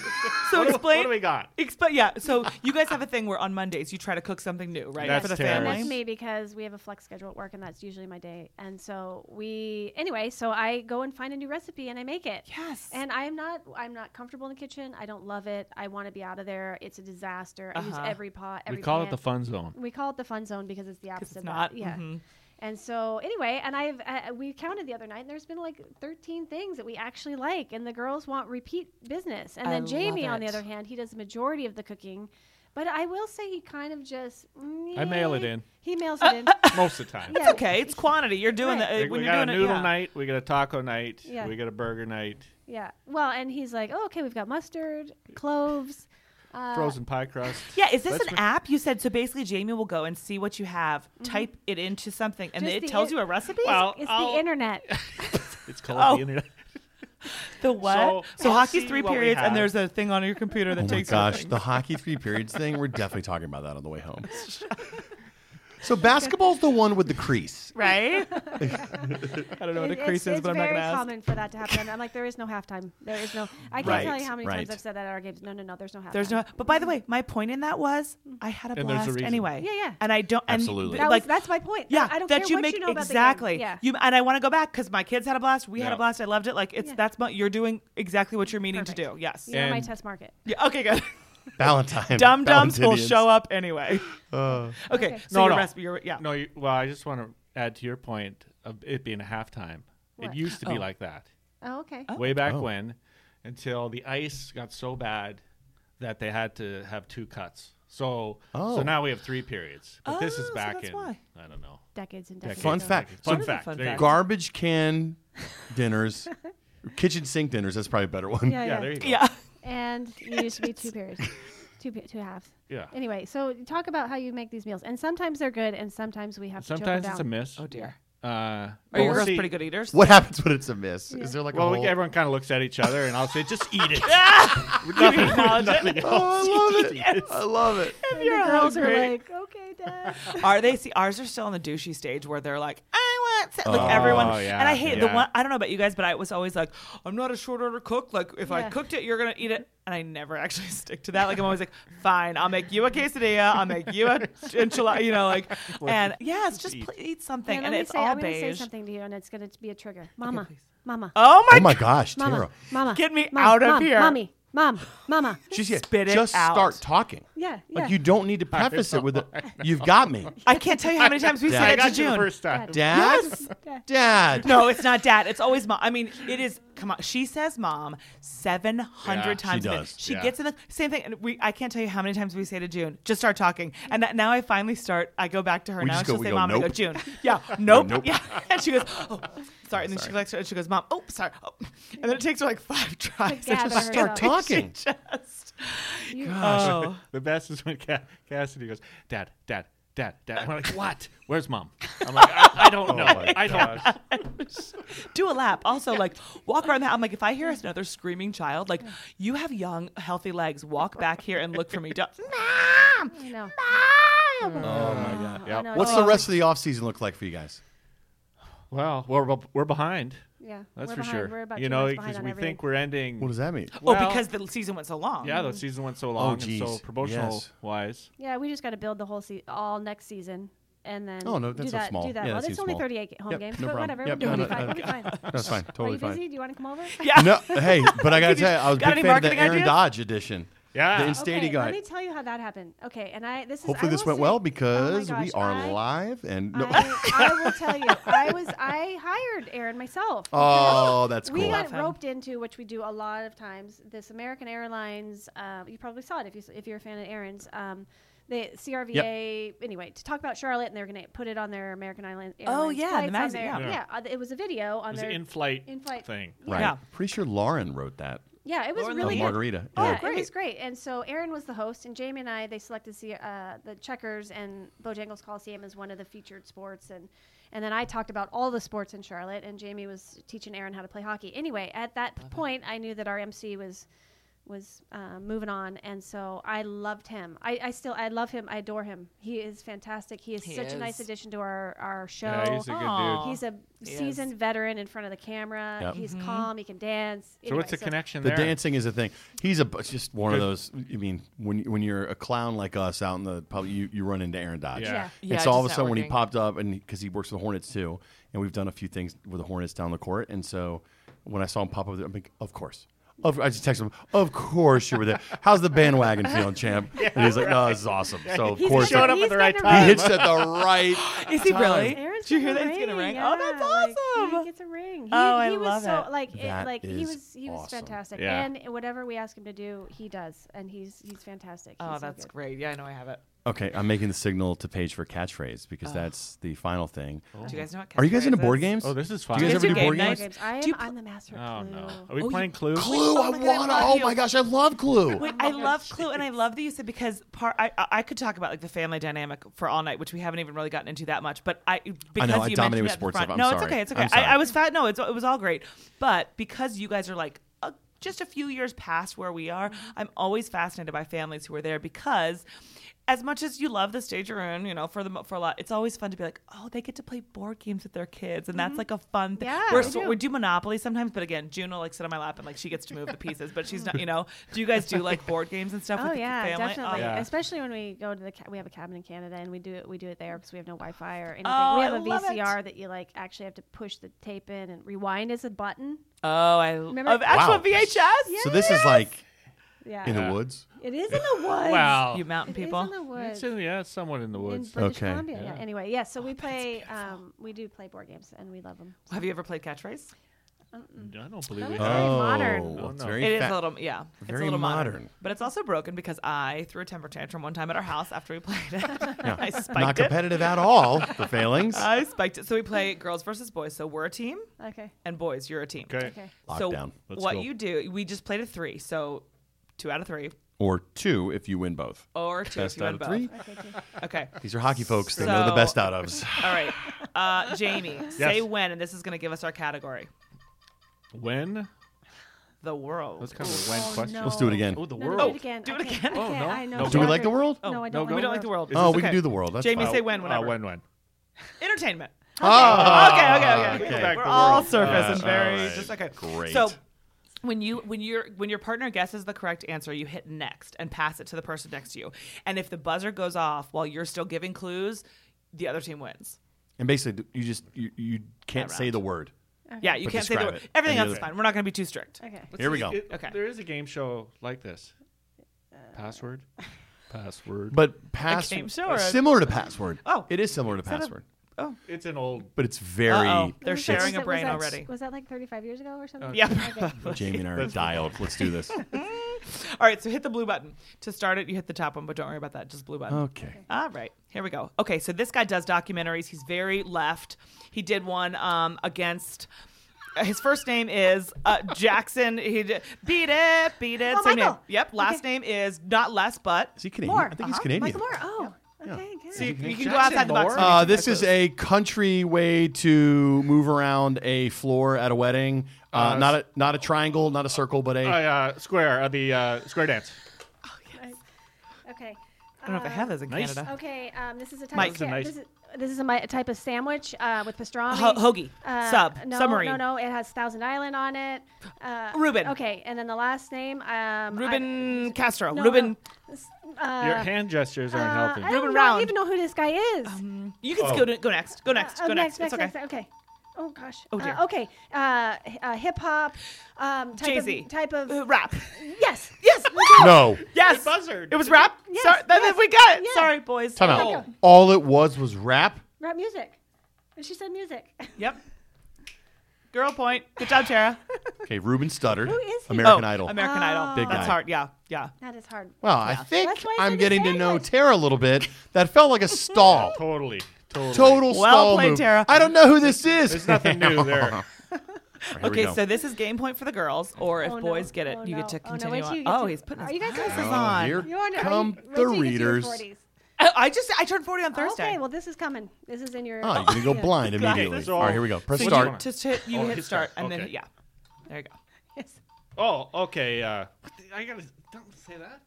Speaker 5: What do-
Speaker 3: explain.
Speaker 5: what do we got?
Speaker 3: Explain. Yeah. So you guys have a thing where on Mondays you try to cook something new, right?
Speaker 5: That's
Speaker 3: for the
Speaker 4: And
Speaker 5: terrible.
Speaker 3: family.
Speaker 4: that's me because we have a flex schedule at work, and that's usually my day. And so we, anyway, so I go and find a new recipe and I make it.
Speaker 3: Yes.
Speaker 4: And I am not, I'm not comfortable in the kitchen. I don't love it. I want to be out of there. It's a disaster. I use
Speaker 3: Uh-huh.
Speaker 4: every pot.
Speaker 5: We
Speaker 4: Every
Speaker 5: call it
Speaker 4: pan.
Speaker 5: the fun zone.
Speaker 4: We call it the fun zone because it's the opposite.
Speaker 3: it's
Speaker 4: of that.
Speaker 3: not,
Speaker 4: Yeah.
Speaker 3: mhm.
Speaker 4: And so anyway, and I've uh, we counted the other night, and there's been like 13 things that we actually like, and the girls want repeat business. And
Speaker 3: I
Speaker 4: then
Speaker 3: love
Speaker 4: Jamie, on the
Speaker 3: it.
Speaker 4: other hand, he does the majority of the cooking. But I will say he kind of just
Speaker 5: I mail it in.
Speaker 4: He mails it in.
Speaker 5: Most of the time.
Speaker 4: Yeah.
Speaker 3: It's okay. It's quantity. You're doing
Speaker 4: Right.
Speaker 3: the
Speaker 5: Like,
Speaker 3: uh, when
Speaker 5: we
Speaker 3: you're
Speaker 5: got a
Speaker 3: doing
Speaker 5: noodle
Speaker 3: it. Yeah.
Speaker 5: night. We got a taco night.
Speaker 4: Yeah.
Speaker 5: We got a burger night.
Speaker 4: Yeah. Well, and he's like, oh, okay, we've got mustard, cloves. Uh,
Speaker 5: Frozen pie crust.
Speaker 3: Yeah, is this
Speaker 5: That's
Speaker 3: an
Speaker 5: what-
Speaker 3: app? You said so. Basically, Jamie will go and see what you have, type it into something, and
Speaker 4: Mm-hmm. Just
Speaker 3: it
Speaker 4: the
Speaker 3: tells
Speaker 4: in-
Speaker 3: you a recipe.
Speaker 5: Well,
Speaker 4: It's
Speaker 5: I'll-
Speaker 4: the internet.
Speaker 5: It's called
Speaker 3: Oh.
Speaker 5: the internet.
Speaker 3: the what? So,
Speaker 5: so I'll
Speaker 3: hockey's
Speaker 5: see
Speaker 3: three
Speaker 5: what we
Speaker 3: periods,
Speaker 5: have.
Speaker 3: and there's a thing on your computer that
Speaker 2: Oh my
Speaker 3: takes.
Speaker 2: gosh,
Speaker 3: something.
Speaker 2: the hockey three periods thing. We're definitely talking about that on the way home. So basketball's the one with the crease.
Speaker 3: right? I don't know what
Speaker 4: It-
Speaker 3: a crease is,
Speaker 4: it's
Speaker 3: but I'm not
Speaker 4: very
Speaker 3: gonna ask.
Speaker 4: common for that to happen. I'm like, there is no halftime. There is no. I can't
Speaker 2: Right,
Speaker 4: tell you how many
Speaker 2: right.
Speaker 4: times I've said that at our games. No, no, no. There's no halftime.
Speaker 3: There's no. But by the way, my point in that was I had a
Speaker 5: And there's a
Speaker 3: blast
Speaker 5: reason.
Speaker 3: anyway.
Speaker 4: Yeah, yeah.
Speaker 3: And I don't. And
Speaker 2: Absolutely.
Speaker 4: That
Speaker 3: like
Speaker 4: was, that's my point.
Speaker 3: yeah,
Speaker 4: I don't
Speaker 3: that
Speaker 4: care
Speaker 3: you
Speaker 4: what
Speaker 3: make
Speaker 4: you know
Speaker 3: exactly.
Speaker 4: About the game. Yeah.
Speaker 3: You and I want to go back because my kids had a blast. We had a
Speaker 5: Yeah.
Speaker 3: blast. I loved it. Like it's
Speaker 4: Yeah.
Speaker 3: that's what you're doing exactly what you're meaning to
Speaker 4: Perfect.
Speaker 3: do. Yes.
Speaker 4: You know my
Speaker 5: And-
Speaker 4: test market.
Speaker 3: Yeah, Okay. Good.
Speaker 2: Valentine.
Speaker 3: Dum dums will
Speaker 2: Valentinians. Uh,
Speaker 3: show up anyway. okay. So
Speaker 5: No,
Speaker 3: your
Speaker 5: no.
Speaker 3: recipe. Your, yeah.
Speaker 5: No, you, well, I just want to add to your point of it being a halftime.
Speaker 4: What?
Speaker 5: It used to be
Speaker 3: Oh.
Speaker 5: like that
Speaker 4: Oh, okay.
Speaker 5: way back when, until the ice got so bad that they had to have two cuts. So,
Speaker 2: Oh.
Speaker 5: so now we have three periods. But this
Speaker 3: Oh,
Speaker 5: is
Speaker 3: so
Speaker 5: back
Speaker 3: that's
Speaker 5: in
Speaker 3: why.
Speaker 5: I don't know.
Speaker 4: Decades and
Speaker 5: Decades.
Speaker 4: decades.
Speaker 2: Fun
Speaker 4: ago.
Speaker 2: fact.
Speaker 5: Fun
Speaker 3: What is a
Speaker 5: fact.
Speaker 3: fun
Speaker 5: There you
Speaker 3: fact?
Speaker 5: go.
Speaker 2: Garbage can dinners, kitchen sink dinners. That's probably a better one.
Speaker 4: Yeah, yeah.
Speaker 5: Yeah, there you go.
Speaker 3: Oh, Yeah.
Speaker 4: And you used to be two periods, two pe- two halves.
Speaker 5: Yeah.
Speaker 4: Anyway, so talk about how you make these meals, and sometimes they're good, and sometimes we have to choke
Speaker 5: Sometimes
Speaker 4: them
Speaker 5: it's a
Speaker 4: down.
Speaker 5: miss.
Speaker 3: Oh dear.
Speaker 5: Uh,
Speaker 3: Are
Speaker 5: but
Speaker 3: your
Speaker 5: we'll
Speaker 3: girls
Speaker 5: see.
Speaker 3: pretty good eaters?
Speaker 2: What happens when it's a miss? Is there like
Speaker 5: Well,
Speaker 2: a
Speaker 5: we,
Speaker 2: whole...
Speaker 5: everyone kind of looks at each other, and I'll say, "Just eat it."
Speaker 3: Acknowledge it.
Speaker 2: Oh, I love it. I love it.
Speaker 4: And the girls are like, okay, dad.
Speaker 3: Are they? See, ours are still on the douchey stage where they're like, I want to, like everyone.
Speaker 5: Oh, yeah,
Speaker 3: and I hate the
Speaker 5: yeah.
Speaker 3: one. I don't know about you guys, but I was always like, I'm not a short order cook. Like if I
Speaker 4: Yeah.
Speaker 3: cooked it, you're gonna eat it. And I never actually stick to that. Like I'm always like, fine, I'll make you a quesadilla. I'll make you a enchilada. You know, like and yeah, it's just pl- eat something,
Speaker 4: Man,
Speaker 3: and
Speaker 4: let me
Speaker 3: it's
Speaker 4: say,
Speaker 3: all
Speaker 4: I'm gonna say
Speaker 3: beige.
Speaker 4: something to you, and it's going to be a trigger. Mama,
Speaker 3: please.
Speaker 4: mama,
Speaker 3: Oh my!
Speaker 2: Oh my gosh,
Speaker 4: mama,
Speaker 2: Tara.
Speaker 4: mama.
Speaker 3: Get me
Speaker 4: mom,
Speaker 3: out of
Speaker 4: mom,
Speaker 3: here.
Speaker 4: mommy, mom, mama.
Speaker 2: She's yeah,
Speaker 3: Spit it
Speaker 2: just
Speaker 3: out.
Speaker 2: start talking.
Speaker 4: Yeah, yeah.
Speaker 2: Like you don't need to preface it with a, you've got me.
Speaker 3: I can't tell you how many times we
Speaker 2: Dad.
Speaker 5: Oh I
Speaker 3: say that to
Speaker 5: got you the
Speaker 3: June.
Speaker 5: first time.
Speaker 4: Dad.
Speaker 2: Dad?
Speaker 4: Dad.
Speaker 2: Dad.
Speaker 3: No, it's not dad. It's always mom. I mean, it is. Come on, she says mom seven
Speaker 5: Yeah,
Speaker 3: hundred
Speaker 5: she
Speaker 3: times. a day.
Speaker 2: does.
Speaker 3: She
Speaker 5: Yeah.
Speaker 3: gets in the same thing. And we, I can't tell you how many times we say to June, just start talking. And that, now I finally start. I go back to her
Speaker 2: We
Speaker 3: now.
Speaker 2: just
Speaker 3: and
Speaker 2: go-
Speaker 3: she'll
Speaker 2: we
Speaker 3: say
Speaker 2: go,
Speaker 3: mom. And I go
Speaker 2: "Nope."
Speaker 3: June. Yeah, nope.
Speaker 2: nope.
Speaker 3: Yeah, and she goes, oh, sorry. And then she collects her and she goes, mom. Oh, sorry. Oh. And then it takes her like five tries.
Speaker 4: gather
Speaker 3: and she
Speaker 4: herself. Start
Speaker 2: talking.
Speaker 3: She just.
Speaker 4: You-
Speaker 3: Oh.
Speaker 5: The best is when Ca- Cassidy goes, "Dad, Dad, Dad, Dad." I'm like, "What? Where's Mom?" I'm like, "I, I
Speaker 2: Oh
Speaker 5: don't know. I don't." know."
Speaker 3: do a lap. Also, like walk around the house. I'm like, if I hear another screaming child, like you have young, healthy legs, walk back here and look for me. Don't- Mom,
Speaker 4: I know.
Speaker 3: mom.
Speaker 2: Oh my god.
Speaker 4: I know,
Speaker 2: What's
Speaker 4: it's-
Speaker 2: the rest of the offseason look like for you guys?
Speaker 5: Well, we're we're behind.
Speaker 4: Yeah,
Speaker 5: That's
Speaker 4: we're
Speaker 5: for
Speaker 4: behind.
Speaker 5: sure.
Speaker 4: We're about
Speaker 5: you
Speaker 4: two
Speaker 5: know,
Speaker 4: months behind
Speaker 5: because
Speaker 4: on
Speaker 5: we
Speaker 4: everything.
Speaker 5: think we're ending.
Speaker 2: What does that mean?
Speaker 3: oh,
Speaker 5: Well-
Speaker 3: because the season went so long.
Speaker 5: yeah, the season went so long and so
Speaker 2: geez.
Speaker 5: promotional
Speaker 2: Yes.
Speaker 5: wise.
Speaker 4: Yeah, we just got to build the whole season, all next season, and then
Speaker 2: Oh, no,
Speaker 4: do
Speaker 2: that's so
Speaker 4: that.
Speaker 2: small.
Speaker 4: Do that.
Speaker 2: Yeah,
Speaker 4: well,
Speaker 2: that
Speaker 4: it's
Speaker 2: seems
Speaker 4: only
Speaker 2: small.
Speaker 4: 38 home
Speaker 2: Yep,
Speaker 4: games,
Speaker 2: no
Speaker 4: but
Speaker 2: problem.
Speaker 4: whatever.
Speaker 2: Yep,
Speaker 4: we'll,
Speaker 2: no,
Speaker 4: be fine.
Speaker 2: no,
Speaker 4: we'll be fine.
Speaker 2: That's fine. Totally
Speaker 4: Are you busy?
Speaker 2: fine.
Speaker 4: Do you want to come over?
Speaker 3: Yeah.
Speaker 2: No, hey, but I gotta
Speaker 3: you-
Speaker 2: tell you, I was a
Speaker 3: got
Speaker 2: big
Speaker 3: any
Speaker 2: fan of the
Speaker 3: marketing
Speaker 2: Aaron
Speaker 3: ideas?
Speaker 2: Dodge edition.
Speaker 5: Yeah.
Speaker 2: The Instady
Speaker 4: okay,
Speaker 2: guy.
Speaker 4: Let me tell you how that happened. Okay, and I this is
Speaker 2: Hopefully
Speaker 4: I
Speaker 2: this
Speaker 4: will
Speaker 2: went
Speaker 4: say-
Speaker 2: well because
Speaker 4: oh my
Speaker 2: we
Speaker 4: gosh,
Speaker 2: are
Speaker 4: I,
Speaker 2: live and no.
Speaker 4: I, I will tell you, I was I hired Aaron myself.
Speaker 2: Oh, that's
Speaker 4: we
Speaker 2: cool.
Speaker 4: got
Speaker 3: Love him.
Speaker 4: roped into which we do a lot of times. This American Airlines, uh, you probably saw it if you s- if you're a fan of Aaron's. Um, the CRVA, anyway, to talk about Charlotte, and they were going to put it on their American Island. Airlines
Speaker 3: Oh, yeah, the
Speaker 4: flights on
Speaker 3: magazine,
Speaker 4: their-
Speaker 5: yeah.
Speaker 4: yeah. uh, it was a video on
Speaker 5: It was
Speaker 4: their
Speaker 5: an in-flight,
Speaker 4: in-flight-
Speaker 5: thing.
Speaker 2: right.
Speaker 3: Yeah.
Speaker 2: Pretty sure Lauren wrote that.
Speaker 4: yeah, it was
Speaker 3: Lauren
Speaker 4: really Oh,
Speaker 2: the
Speaker 4: good.
Speaker 2: margarita.
Speaker 4: Yeah,
Speaker 2: Yeah.
Speaker 4: it was great. And so Aaron was the host, and Jamie and I they selected C- uh, the Checkers and Bojangles Coliseum as one of the featured sports, and and then I talked about all the sports in Charlotte, and Jamie was teaching Aaron how to play hockey. Anyway, at that point, I knew that our MC was was uh, moving on, and so I loved him. I, I still I love him. I adore him. He is fantastic. He is
Speaker 3: He
Speaker 4: such a nice
Speaker 3: is.
Speaker 4: addition to our our show.
Speaker 5: Yeah, he's a good
Speaker 3: Aw.
Speaker 5: dude.
Speaker 4: He's a
Speaker 3: He is.
Speaker 4: seasoned veteran in front of the camera.
Speaker 2: Yep.
Speaker 4: He's calm. He can dance.
Speaker 5: So what's the
Speaker 4: Anyway,
Speaker 5: connection
Speaker 2: The
Speaker 5: there?
Speaker 2: dancing is a thing. He's a it's just one of
Speaker 5: Good.
Speaker 2: those. I mean, when when you're a clown like us out in the public, you, you run into Aaron Dodge.
Speaker 5: Yeah.
Speaker 4: Yeah.
Speaker 3: Yeah,
Speaker 2: and so all of a
Speaker 3: just
Speaker 2: sudden when he
Speaker 3: networking.
Speaker 2: popped up, and because he works with the Hornets too, and we've done a few things with the Hornets down the court, and so when I saw him pop up, I'm like, of course. Of, I just texted him. Of course you were there. How's the bandwagon feeling, champ? And he's like, No, this is awesome. So of
Speaker 4: He's
Speaker 2: course
Speaker 4: got
Speaker 5: showed
Speaker 4: the-
Speaker 5: up at
Speaker 4: he's
Speaker 5: the
Speaker 4: got
Speaker 5: right
Speaker 4: the
Speaker 2: he
Speaker 5: time.
Speaker 2: hits at the right.
Speaker 3: Is he
Speaker 2: Time.
Speaker 3: really?
Speaker 4: Aaron's
Speaker 3: Did you hear
Speaker 4: got
Speaker 3: that
Speaker 4: a
Speaker 3: he's gonna ring?
Speaker 4: ring,
Speaker 3: Oh, that's
Speaker 4: yeah, like,
Speaker 3: awesome.
Speaker 4: he gets a ring. He,
Speaker 3: Oh, I
Speaker 4: he was
Speaker 3: love
Speaker 4: so
Speaker 3: it.
Speaker 4: like it,
Speaker 2: That
Speaker 4: like he
Speaker 2: is
Speaker 4: was he was
Speaker 2: awesome.
Speaker 4: fantastic.
Speaker 5: Yeah.
Speaker 4: And whatever we ask him to do, he does, and he's he's fantastic.
Speaker 3: oh,
Speaker 4: He's so
Speaker 3: that's
Speaker 4: good.
Speaker 3: great. Yeah, I know I have it.
Speaker 2: Okay, I'm making the signal to Paige for catchphrase because that's the final thing.
Speaker 3: Do you guys know what?
Speaker 2: Are you guys into
Speaker 3: catchphrase
Speaker 2: board
Speaker 3: is?
Speaker 2: games?
Speaker 5: Oh, this is
Speaker 2: Do
Speaker 5: fun.
Speaker 2: you guys
Speaker 3: Is
Speaker 2: ever
Speaker 3: it
Speaker 2: do
Speaker 3: game
Speaker 2: board
Speaker 3: night?
Speaker 2: games?
Speaker 3: Nice.
Speaker 4: I am
Speaker 3: Do you
Speaker 4: I'm the master. of
Speaker 5: Oh
Speaker 4: Clue.
Speaker 5: no. Are we
Speaker 3: Oh, you-
Speaker 5: playing Clue?
Speaker 2: Clue.
Speaker 3: Oh
Speaker 2: I
Speaker 3: my God, I
Speaker 2: want.
Speaker 3: love
Speaker 2: Oh
Speaker 3: you.
Speaker 2: my gosh, I love Clue.
Speaker 3: Wait, I love Clue, and I love that you said because part I I I could talk about like the family dynamic for all night, which we haven't even really gotten into that much. But I because
Speaker 2: I
Speaker 3: you
Speaker 2: dominate
Speaker 3: mentioned
Speaker 2: with
Speaker 3: that at the
Speaker 2: sports
Speaker 3: front-
Speaker 2: stuff. I'm
Speaker 3: no,
Speaker 2: sorry.
Speaker 3: it's okay. It's
Speaker 2: I'm
Speaker 3: okay.
Speaker 2: sorry.
Speaker 3: I, I was fat. No, it's, it was all great. But because you guys are like uh, just a few years past where we are, I'm always fascinated by families who are there because. As much as you love the stage you're in, you know, for the mo- for a lot, it's always fun to be like, oh, they get to play board games with their kids, and that's like a fun thing.
Speaker 4: Mm-hmm. Yeah,
Speaker 3: We're
Speaker 4: they
Speaker 3: so-
Speaker 4: do.
Speaker 3: we do Monopoly sometimes, but again, June will like sit on my lap and like she gets to move the pieces, but she's not, you know. Do you guys do like board games and stuff?
Speaker 4: Oh
Speaker 3: with
Speaker 4: yeah,
Speaker 3: the family?
Speaker 4: definitely.
Speaker 3: Oh,
Speaker 5: Yeah.
Speaker 4: Especially when we go to the ca- we have a cabin in Canada and we do it we do it there because we have no Wi-Fi or anything.
Speaker 3: Oh,
Speaker 4: we
Speaker 3: I
Speaker 4: have a
Speaker 3: love it.
Speaker 4: VCR that you like actually have to push the tape in and rewind as a button.
Speaker 3: Oh, I
Speaker 4: Remember-
Speaker 3: of actual
Speaker 2: Wow.
Speaker 3: VHS.
Speaker 2: So this is like
Speaker 4: Yeah,
Speaker 2: in
Speaker 5: Yeah.
Speaker 2: the woods.
Speaker 4: it is in the woods.
Speaker 5: Wow.
Speaker 3: You mountain
Speaker 4: It is
Speaker 3: people.
Speaker 4: in the woods.
Speaker 5: It's in- yeah, it's somewhat in the
Speaker 4: in
Speaker 5: woods.
Speaker 4: British
Speaker 2: Okay.
Speaker 4: Columbia. Yeah. Anyway, yeah. So
Speaker 3: Oh,
Speaker 4: we play. Um, we do play board games, and we love them.
Speaker 3: Have you ever played Catchphrase?
Speaker 5: I don't believe we
Speaker 4: Oh.
Speaker 5: have.
Speaker 2: Uh,
Speaker 4: Very modern.
Speaker 2: well, it's
Speaker 5: Oh, no.
Speaker 2: very
Speaker 3: It is
Speaker 2: fa-
Speaker 3: a little, yeah, it's a
Speaker 2: very
Speaker 3: little modern.
Speaker 2: modern.
Speaker 3: but it's also broken because I threw a temper tantrum one time at our house after we played it. I
Speaker 2: not
Speaker 3: spiked it.
Speaker 2: competitive at all. The failings.
Speaker 3: I spiked it. So we play girls versus boys. So we're a team,
Speaker 4: Okay.
Speaker 3: and boys, you're a team.
Speaker 5: Okay.
Speaker 4: Okay.
Speaker 3: So
Speaker 2: Lockdown. Let's
Speaker 3: what
Speaker 2: go.
Speaker 3: you do? We just played a three. So two out of three,
Speaker 2: or two if you win both.
Speaker 3: or two
Speaker 2: Best
Speaker 3: if you
Speaker 2: out
Speaker 3: win
Speaker 2: of
Speaker 3: both.
Speaker 2: three.
Speaker 4: Okay.
Speaker 3: Okay.
Speaker 2: These are hockey folks. They know the
Speaker 3: So-
Speaker 2: best out of us.
Speaker 3: All right. Uh, Jamie, say when, and this is going to give us our category.
Speaker 5: When?
Speaker 3: The world.
Speaker 5: That's kind of a when question.
Speaker 4: no.
Speaker 2: Let's do it again.
Speaker 5: Oh, the
Speaker 4: No, no,
Speaker 5: world.
Speaker 4: do it again.
Speaker 3: do
Speaker 4: I
Speaker 3: it again.
Speaker 4: can't- I
Speaker 5: Oh,
Speaker 4: can't.
Speaker 5: no.
Speaker 4: I know
Speaker 5: No.
Speaker 4: the
Speaker 2: Do we
Speaker 4: other-
Speaker 2: like the world?
Speaker 3: Oh.
Speaker 4: No, I don't.
Speaker 5: No, go.
Speaker 4: like
Speaker 3: we don't like the world.
Speaker 5: Is
Speaker 2: Oh,
Speaker 5: this
Speaker 2: we can
Speaker 5: okay?
Speaker 2: do the world. That's
Speaker 3: Jamie,
Speaker 2: fine.
Speaker 3: say when, whenever.
Speaker 5: Uh, when, when.
Speaker 3: Entertainment.
Speaker 2: Ah!
Speaker 3: okay, okay, okay.
Speaker 5: Go back
Speaker 3: We're
Speaker 5: to
Speaker 3: all
Speaker 5: world.
Speaker 2: Uh,
Speaker 3: surface
Speaker 5: Yeah,
Speaker 2: Oh
Speaker 3: and very
Speaker 2: all right.
Speaker 3: just okay.
Speaker 2: Great.
Speaker 3: So when you when your when your partner guesses the correct answer, you hit next and pass it to the person next to you. And if the buzzer goes off while you're still giving clues, the other team wins.
Speaker 2: And basically, you just you, you can't
Speaker 3: That
Speaker 2: say
Speaker 3: round.
Speaker 2: the word.
Speaker 3: Yeah, you
Speaker 2: But
Speaker 3: can't say the
Speaker 2: describe
Speaker 3: word.
Speaker 2: it.
Speaker 3: Everything
Speaker 2: Any
Speaker 3: else is
Speaker 2: other-
Speaker 3: fine. We're not going to be too strict.
Speaker 4: Okay.
Speaker 2: Here we go.
Speaker 5: It-
Speaker 3: Okay.
Speaker 5: There is a game show like this. Uh, Password. Password.
Speaker 2: But pass
Speaker 3: game show or a-
Speaker 2: similar to password.
Speaker 3: Oh.
Speaker 2: it is similar to password,
Speaker 5: It's an old.
Speaker 2: but it's very.
Speaker 3: Oh, they're
Speaker 4: Was that-
Speaker 3: sharing
Speaker 4: was
Speaker 3: a
Speaker 4: that-
Speaker 3: brain
Speaker 4: was that-
Speaker 3: already.
Speaker 4: Was that like 35 years ago or something?
Speaker 3: Yeah.
Speaker 2: Jamie and I are dialed. Let's do this.
Speaker 3: All right, so hit the blue button. To start it, you hit the top one, but don't worry about that. Just blue button.
Speaker 2: Okay.
Speaker 3: All right, here we go. Okay, so this guy does documentaries. He's very left. He did one um, against. uh, His first name is uh, Jackson. He did, beat it, beat it.
Speaker 4: Oh,
Speaker 3: Same
Speaker 4: Michael.
Speaker 3: name. Yep. Last name is not less, but
Speaker 2: Is he Canadian? I think he's
Speaker 3: Uh-huh.
Speaker 2: Canadian.
Speaker 4: Michael Moore. Oh, okay, good.
Speaker 3: so you, you can go
Speaker 5: Jackson
Speaker 3: outside the box.
Speaker 5: Moore?
Speaker 3: for
Speaker 2: Uh,
Speaker 3: research
Speaker 2: this is
Speaker 3: purposes.
Speaker 2: a country way to move around a floor at a wedding. Uh,
Speaker 5: Uh,
Speaker 2: not a not a triangle, not a circle, but a.
Speaker 5: Uh, uh, square. Uh, the uh, square dance.
Speaker 4: okay. Uh,
Speaker 3: I don't know if they have those in
Speaker 5: Nice.
Speaker 3: Canada.
Speaker 4: Okay, um, this is a type
Speaker 3: Mike.
Speaker 4: of
Speaker 5: That's a nice-
Speaker 4: this is, this is a, mi- a type of sandwich uh, with pastrami. Uh,
Speaker 3: Ho- hoagie. Sub.
Speaker 4: No,
Speaker 3: Submarine.
Speaker 4: No, no, it has Thousand Island on it. Uh,
Speaker 3: Reuben.
Speaker 4: Okay, and then the last name. Um,
Speaker 3: Ruben Castro.
Speaker 4: No,
Speaker 3: Ruben,
Speaker 4: I, uh,
Speaker 5: Your hand gestures aren't
Speaker 4: uh,
Speaker 5: helping.
Speaker 4: I don't
Speaker 3: Reuben
Speaker 4: know,
Speaker 3: Round.
Speaker 4: even know who this guy is.
Speaker 3: you
Speaker 2: Oh.
Speaker 3: can go, to, go next. Go next.
Speaker 4: Uh,
Speaker 3: go next.
Speaker 4: next,
Speaker 3: it's
Speaker 4: next,
Speaker 3: okay.
Speaker 4: next, okay. Oh gosh.
Speaker 3: Oh,
Speaker 4: Uh,
Speaker 3: dear.
Speaker 4: okay. Uh, h- uh, hip hop. Um, type
Speaker 3: Jay-Z.
Speaker 4: of type of
Speaker 3: Uh, rap.
Speaker 4: yes, yes.
Speaker 2: no.
Speaker 3: Yes.
Speaker 5: It buzzed.
Speaker 3: It was rap.
Speaker 4: Yes,
Speaker 3: Sorry, that-
Speaker 4: yes,
Speaker 3: we got it.
Speaker 4: yes.
Speaker 3: Sorry, boys.
Speaker 2: Time
Speaker 4: Oh.
Speaker 2: out. All it was was rap.
Speaker 4: Rap music. And she said music.
Speaker 3: Yep. Girl point. Good job, Tara.
Speaker 2: Okay, Ruben stuttered.
Speaker 4: Who is he?
Speaker 2: American
Speaker 3: Oh,
Speaker 2: Idol.
Speaker 3: American
Speaker 4: Ah.
Speaker 3: Idol.
Speaker 2: Big
Speaker 3: That's
Speaker 2: guy.
Speaker 3: hard. Yeah. Yeah.
Speaker 4: That is hard.
Speaker 2: well, I think
Speaker 4: That's why I
Speaker 2: I'm
Speaker 4: said
Speaker 2: getting
Speaker 4: the
Speaker 2: to know
Speaker 4: sandwich.
Speaker 2: Tara a little bit. That felt like a stall.
Speaker 5: Oh, Totally. Totally.
Speaker 2: Total
Speaker 3: Well
Speaker 2: stall
Speaker 3: played,
Speaker 2: move.
Speaker 3: Tara.
Speaker 2: I don't know who this is.
Speaker 5: There's nothing new there.
Speaker 2: Here we
Speaker 3: Okay,
Speaker 2: go.
Speaker 3: so this is game point for the girls, or if
Speaker 4: Oh, no.
Speaker 3: boys get it,
Speaker 4: Oh,
Speaker 3: you get to
Speaker 4: no. Oh, no,
Speaker 3: continue
Speaker 4: wait till
Speaker 3: on.
Speaker 4: you get
Speaker 3: Oh,
Speaker 4: to-
Speaker 3: he's putting
Speaker 4: Are
Speaker 3: his
Speaker 4: you guys
Speaker 3: glasses
Speaker 4: listening?
Speaker 3: on. Oh,
Speaker 2: Here
Speaker 4: You wanna- are
Speaker 2: come
Speaker 4: you- wait
Speaker 2: the
Speaker 4: till you get to your
Speaker 2: readers.
Speaker 4: 40s.
Speaker 3: I, I just I turned forty on Thursday.
Speaker 4: Okay, well this is coming. This is in your.
Speaker 2: Oh, you're gonna go
Speaker 4: Yeah.
Speaker 2: blind
Speaker 3: Glasses
Speaker 2: immediately.
Speaker 5: on.
Speaker 2: All right, here we go. Press
Speaker 3: so You,
Speaker 2: start.
Speaker 3: just hit, you
Speaker 5: Oh,
Speaker 3: hit
Speaker 5: hit
Speaker 3: start,
Speaker 5: start.
Speaker 3: and then
Speaker 5: Okay.
Speaker 3: yeah, there you go.
Speaker 4: Yes.
Speaker 5: Oh, okay. Uh, what the- I gotta don't say that.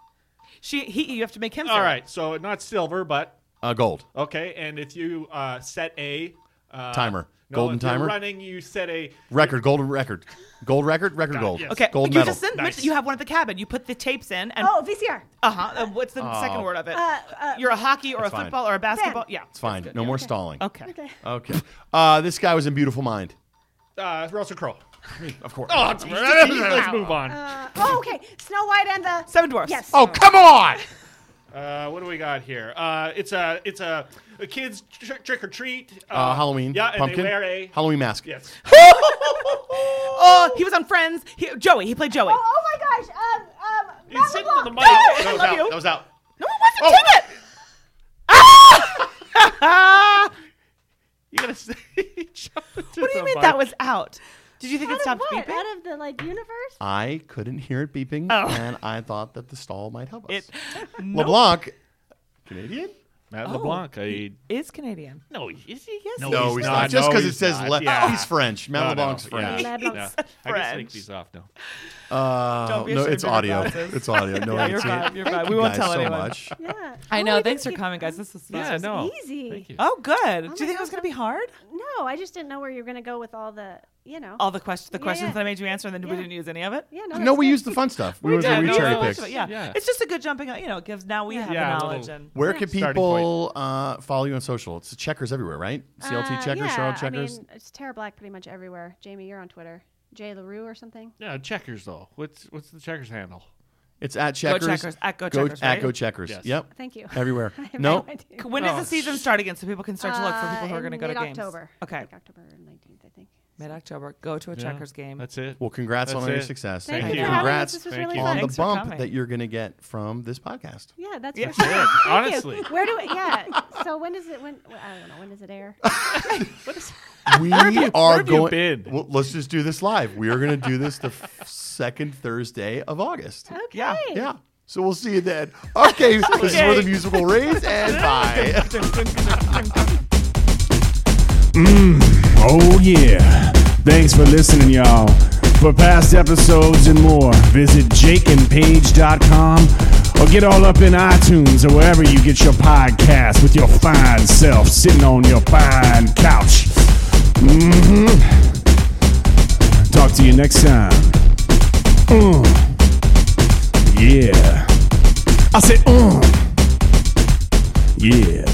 Speaker 3: She he you have to make him. say
Speaker 5: All
Speaker 3: it.
Speaker 5: right. So not silver, but
Speaker 2: Uh, gold.
Speaker 5: okay. And if you uh, set a uh,
Speaker 2: Timer.
Speaker 5: no,
Speaker 2: Golden
Speaker 5: if you're
Speaker 2: timer?
Speaker 5: running, you set a
Speaker 2: Record. Golden record. Gold record. Record gold.
Speaker 5: yes.
Speaker 3: Okay.
Speaker 2: Gold
Speaker 3: you
Speaker 2: medal.
Speaker 3: just sent,
Speaker 5: Nice.
Speaker 3: you have one at the cabin. You put the tapes in and
Speaker 4: Oh, VCR.
Speaker 3: uh-huh, uh What's the second word of it?
Speaker 4: Uh, uh,
Speaker 3: You're a hockey or a
Speaker 2: Oh. That's fine.
Speaker 3: football or a basketball. Yeah.
Speaker 2: It's fine. No more stalling.
Speaker 3: Okay.
Speaker 4: okay.
Speaker 2: Okay. Uh, this guy was in Beautiful Mind. Ah!
Speaker 5: uh, Russell Crowe.
Speaker 2: Of course.
Speaker 5: Oh, it's- let's move on.
Speaker 4: Uh, oh, okay. Snow White and the.
Speaker 3: Seven dwarfs.
Speaker 4: Yes.
Speaker 2: Oh, come on!
Speaker 5: Uh, what do we got here? Uh, it's a it's a, a kids tr- trick or treat. Uh,
Speaker 2: Uh, Halloween.
Speaker 5: Yeah, and
Speaker 2: Pumpkin.
Speaker 5: they wear a
Speaker 2: Halloween mask.
Speaker 5: yes.
Speaker 3: oh, he was on Friends. He, Joey. He played Joey.
Speaker 4: Oh, oh my gosh. Um, um.
Speaker 5: It's
Speaker 4: Round
Speaker 5: sitting
Speaker 4: the
Speaker 5: on the
Speaker 4: Block.
Speaker 5: mic. That
Speaker 3: I
Speaker 5: was
Speaker 3: love
Speaker 5: out.
Speaker 3: you.
Speaker 5: That was out.
Speaker 3: No one wants to take it.
Speaker 5: You gotta say.
Speaker 3: What do you mean that was out? Did you think it
Speaker 4: Out of
Speaker 3: stopped
Speaker 4: what?
Speaker 3: beeping?
Speaker 4: Out of the like universe.
Speaker 2: I couldn't hear it beeping, and I thought that the stall might help us.
Speaker 3: Oh. It
Speaker 2: LeBlanc, Canadian?
Speaker 3: Oh,
Speaker 5: Matt
Speaker 3: LeBlanc,
Speaker 5: I,
Speaker 3: is Canadian.
Speaker 5: no, is he?
Speaker 3: Yes,
Speaker 2: No, he's, not. Just because it says Le- he's French. Matt LeBlanc's French.
Speaker 4: Yeah. LeBlanc's
Speaker 5: I can take
Speaker 3: French.
Speaker 5: these off now.
Speaker 2: Uh,
Speaker 3: Don't be
Speaker 2: no,
Speaker 3: ashamed
Speaker 2: it's
Speaker 3: of your
Speaker 2: audio.
Speaker 3: glasses.
Speaker 2: It's audio. No,
Speaker 3: Yeah,
Speaker 2: it's
Speaker 3: you're fine, you're fine.
Speaker 2: Thank
Speaker 3: We
Speaker 2: you
Speaker 3: won't
Speaker 2: guys
Speaker 3: tell
Speaker 2: so
Speaker 3: anyone.
Speaker 2: much.
Speaker 4: Yeah.
Speaker 3: I know.
Speaker 4: Oh,
Speaker 3: Thanks for
Speaker 4: didn't-
Speaker 3: coming, guys. This is
Speaker 5: Yeah,
Speaker 3: this was
Speaker 5: no.
Speaker 4: easy.
Speaker 5: Thank you.
Speaker 3: Oh, good.
Speaker 4: my
Speaker 3: Do you think it
Speaker 4: God,
Speaker 3: was going to be hard?
Speaker 4: No, I just didn't know where you were gonna go with all the, you know.
Speaker 3: All the questions, the
Speaker 4: Yeah,
Speaker 3: questions
Speaker 4: yeah.
Speaker 3: that I made you answer, and then we
Speaker 4: Yeah.
Speaker 3: didn't use any of it.
Speaker 4: yeah. No.
Speaker 2: No,
Speaker 4: that's
Speaker 2: Oh, we
Speaker 4: good.
Speaker 2: used the fun stuff. We,
Speaker 3: Yeah,
Speaker 2: we
Speaker 3: no,
Speaker 2: cherry
Speaker 3: no,
Speaker 2: picked.
Speaker 3: actually, Yeah.
Speaker 5: Yeah.
Speaker 3: it's just a good jumping. You know, it gives now we have
Speaker 5: Yeah,
Speaker 3: the
Speaker 5: a little-
Speaker 3: knowledge and
Speaker 2: Where can
Speaker 5: Starting point.
Speaker 2: people uh, follow you on social? It's checkers everywhere, right? CLT
Speaker 4: Uh,
Speaker 2: checkers,
Speaker 4: yeah,
Speaker 2: Charlotte checkers.
Speaker 4: I mean, it's Tara Black pretty much everywhere. Jamie, you're on Twitter. Jay Larue or something.
Speaker 5: Yeah, checkers though. What's what's the checkers handle?
Speaker 2: it's at checkers.
Speaker 3: Checkers, at Go Checkers,
Speaker 2: At
Speaker 3: right?
Speaker 2: Go checkers.
Speaker 5: Yes.
Speaker 2: Yep.
Speaker 4: Thank you.
Speaker 2: Everywhere.
Speaker 4: I have
Speaker 2: no.
Speaker 4: idea.
Speaker 3: when does
Speaker 5: Oh,
Speaker 3: the season start again, so people can start to look for people who
Speaker 4: Uh,
Speaker 3: are going to
Speaker 4: in
Speaker 3: go to games?
Speaker 4: mid-October.
Speaker 3: Okay,
Speaker 4: Like October 19th, I think.
Speaker 3: mid October. Go to a checkers game.
Speaker 5: That's it.
Speaker 2: Well, congrats
Speaker 5: That's
Speaker 2: on your
Speaker 5: it.
Speaker 2: success.
Speaker 5: Thank
Speaker 2: and
Speaker 5: you.
Speaker 2: Congrats
Speaker 4: This was
Speaker 5: Thank
Speaker 4: really
Speaker 5: you.
Speaker 2: on
Speaker 4: fun.
Speaker 2: the
Speaker 3: Thanks for
Speaker 2: bump
Speaker 3: coming.
Speaker 2: that you're going to get from this podcast.
Speaker 4: Yeah, that's
Speaker 3: Yeah.
Speaker 4: for sure. Thank you.
Speaker 5: Honestly.
Speaker 4: Where do it? Yeah. So when does it? When I don't know. When does it air?
Speaker 2: We are
Speaker 5: have you
Speaker 2: going.
Speaker 5: been?
Speaker 2: Well, let's just do this live. We are going to do this the f- second Thursday of August.
Speaker 4: Okay.
Speaker 3: Yeah.
Speaker 2: Yeah. So we'll see you then. Okay, this is where the
Speaker 3: Okay.
Speaker 2: music will raise and bye.
Speaker 3: Dun, dun, dun, dun, dun.
Speaker 1: Oh, yeah. Thanks for listening, y'all. For past episodes and more, visit jakeandpage.com or get all up in iTunes or wherever you get your podcast with your fine self sitting on your fine couch. hmm Talk to you next time. Mm. Yeah. I said, mm. yeah.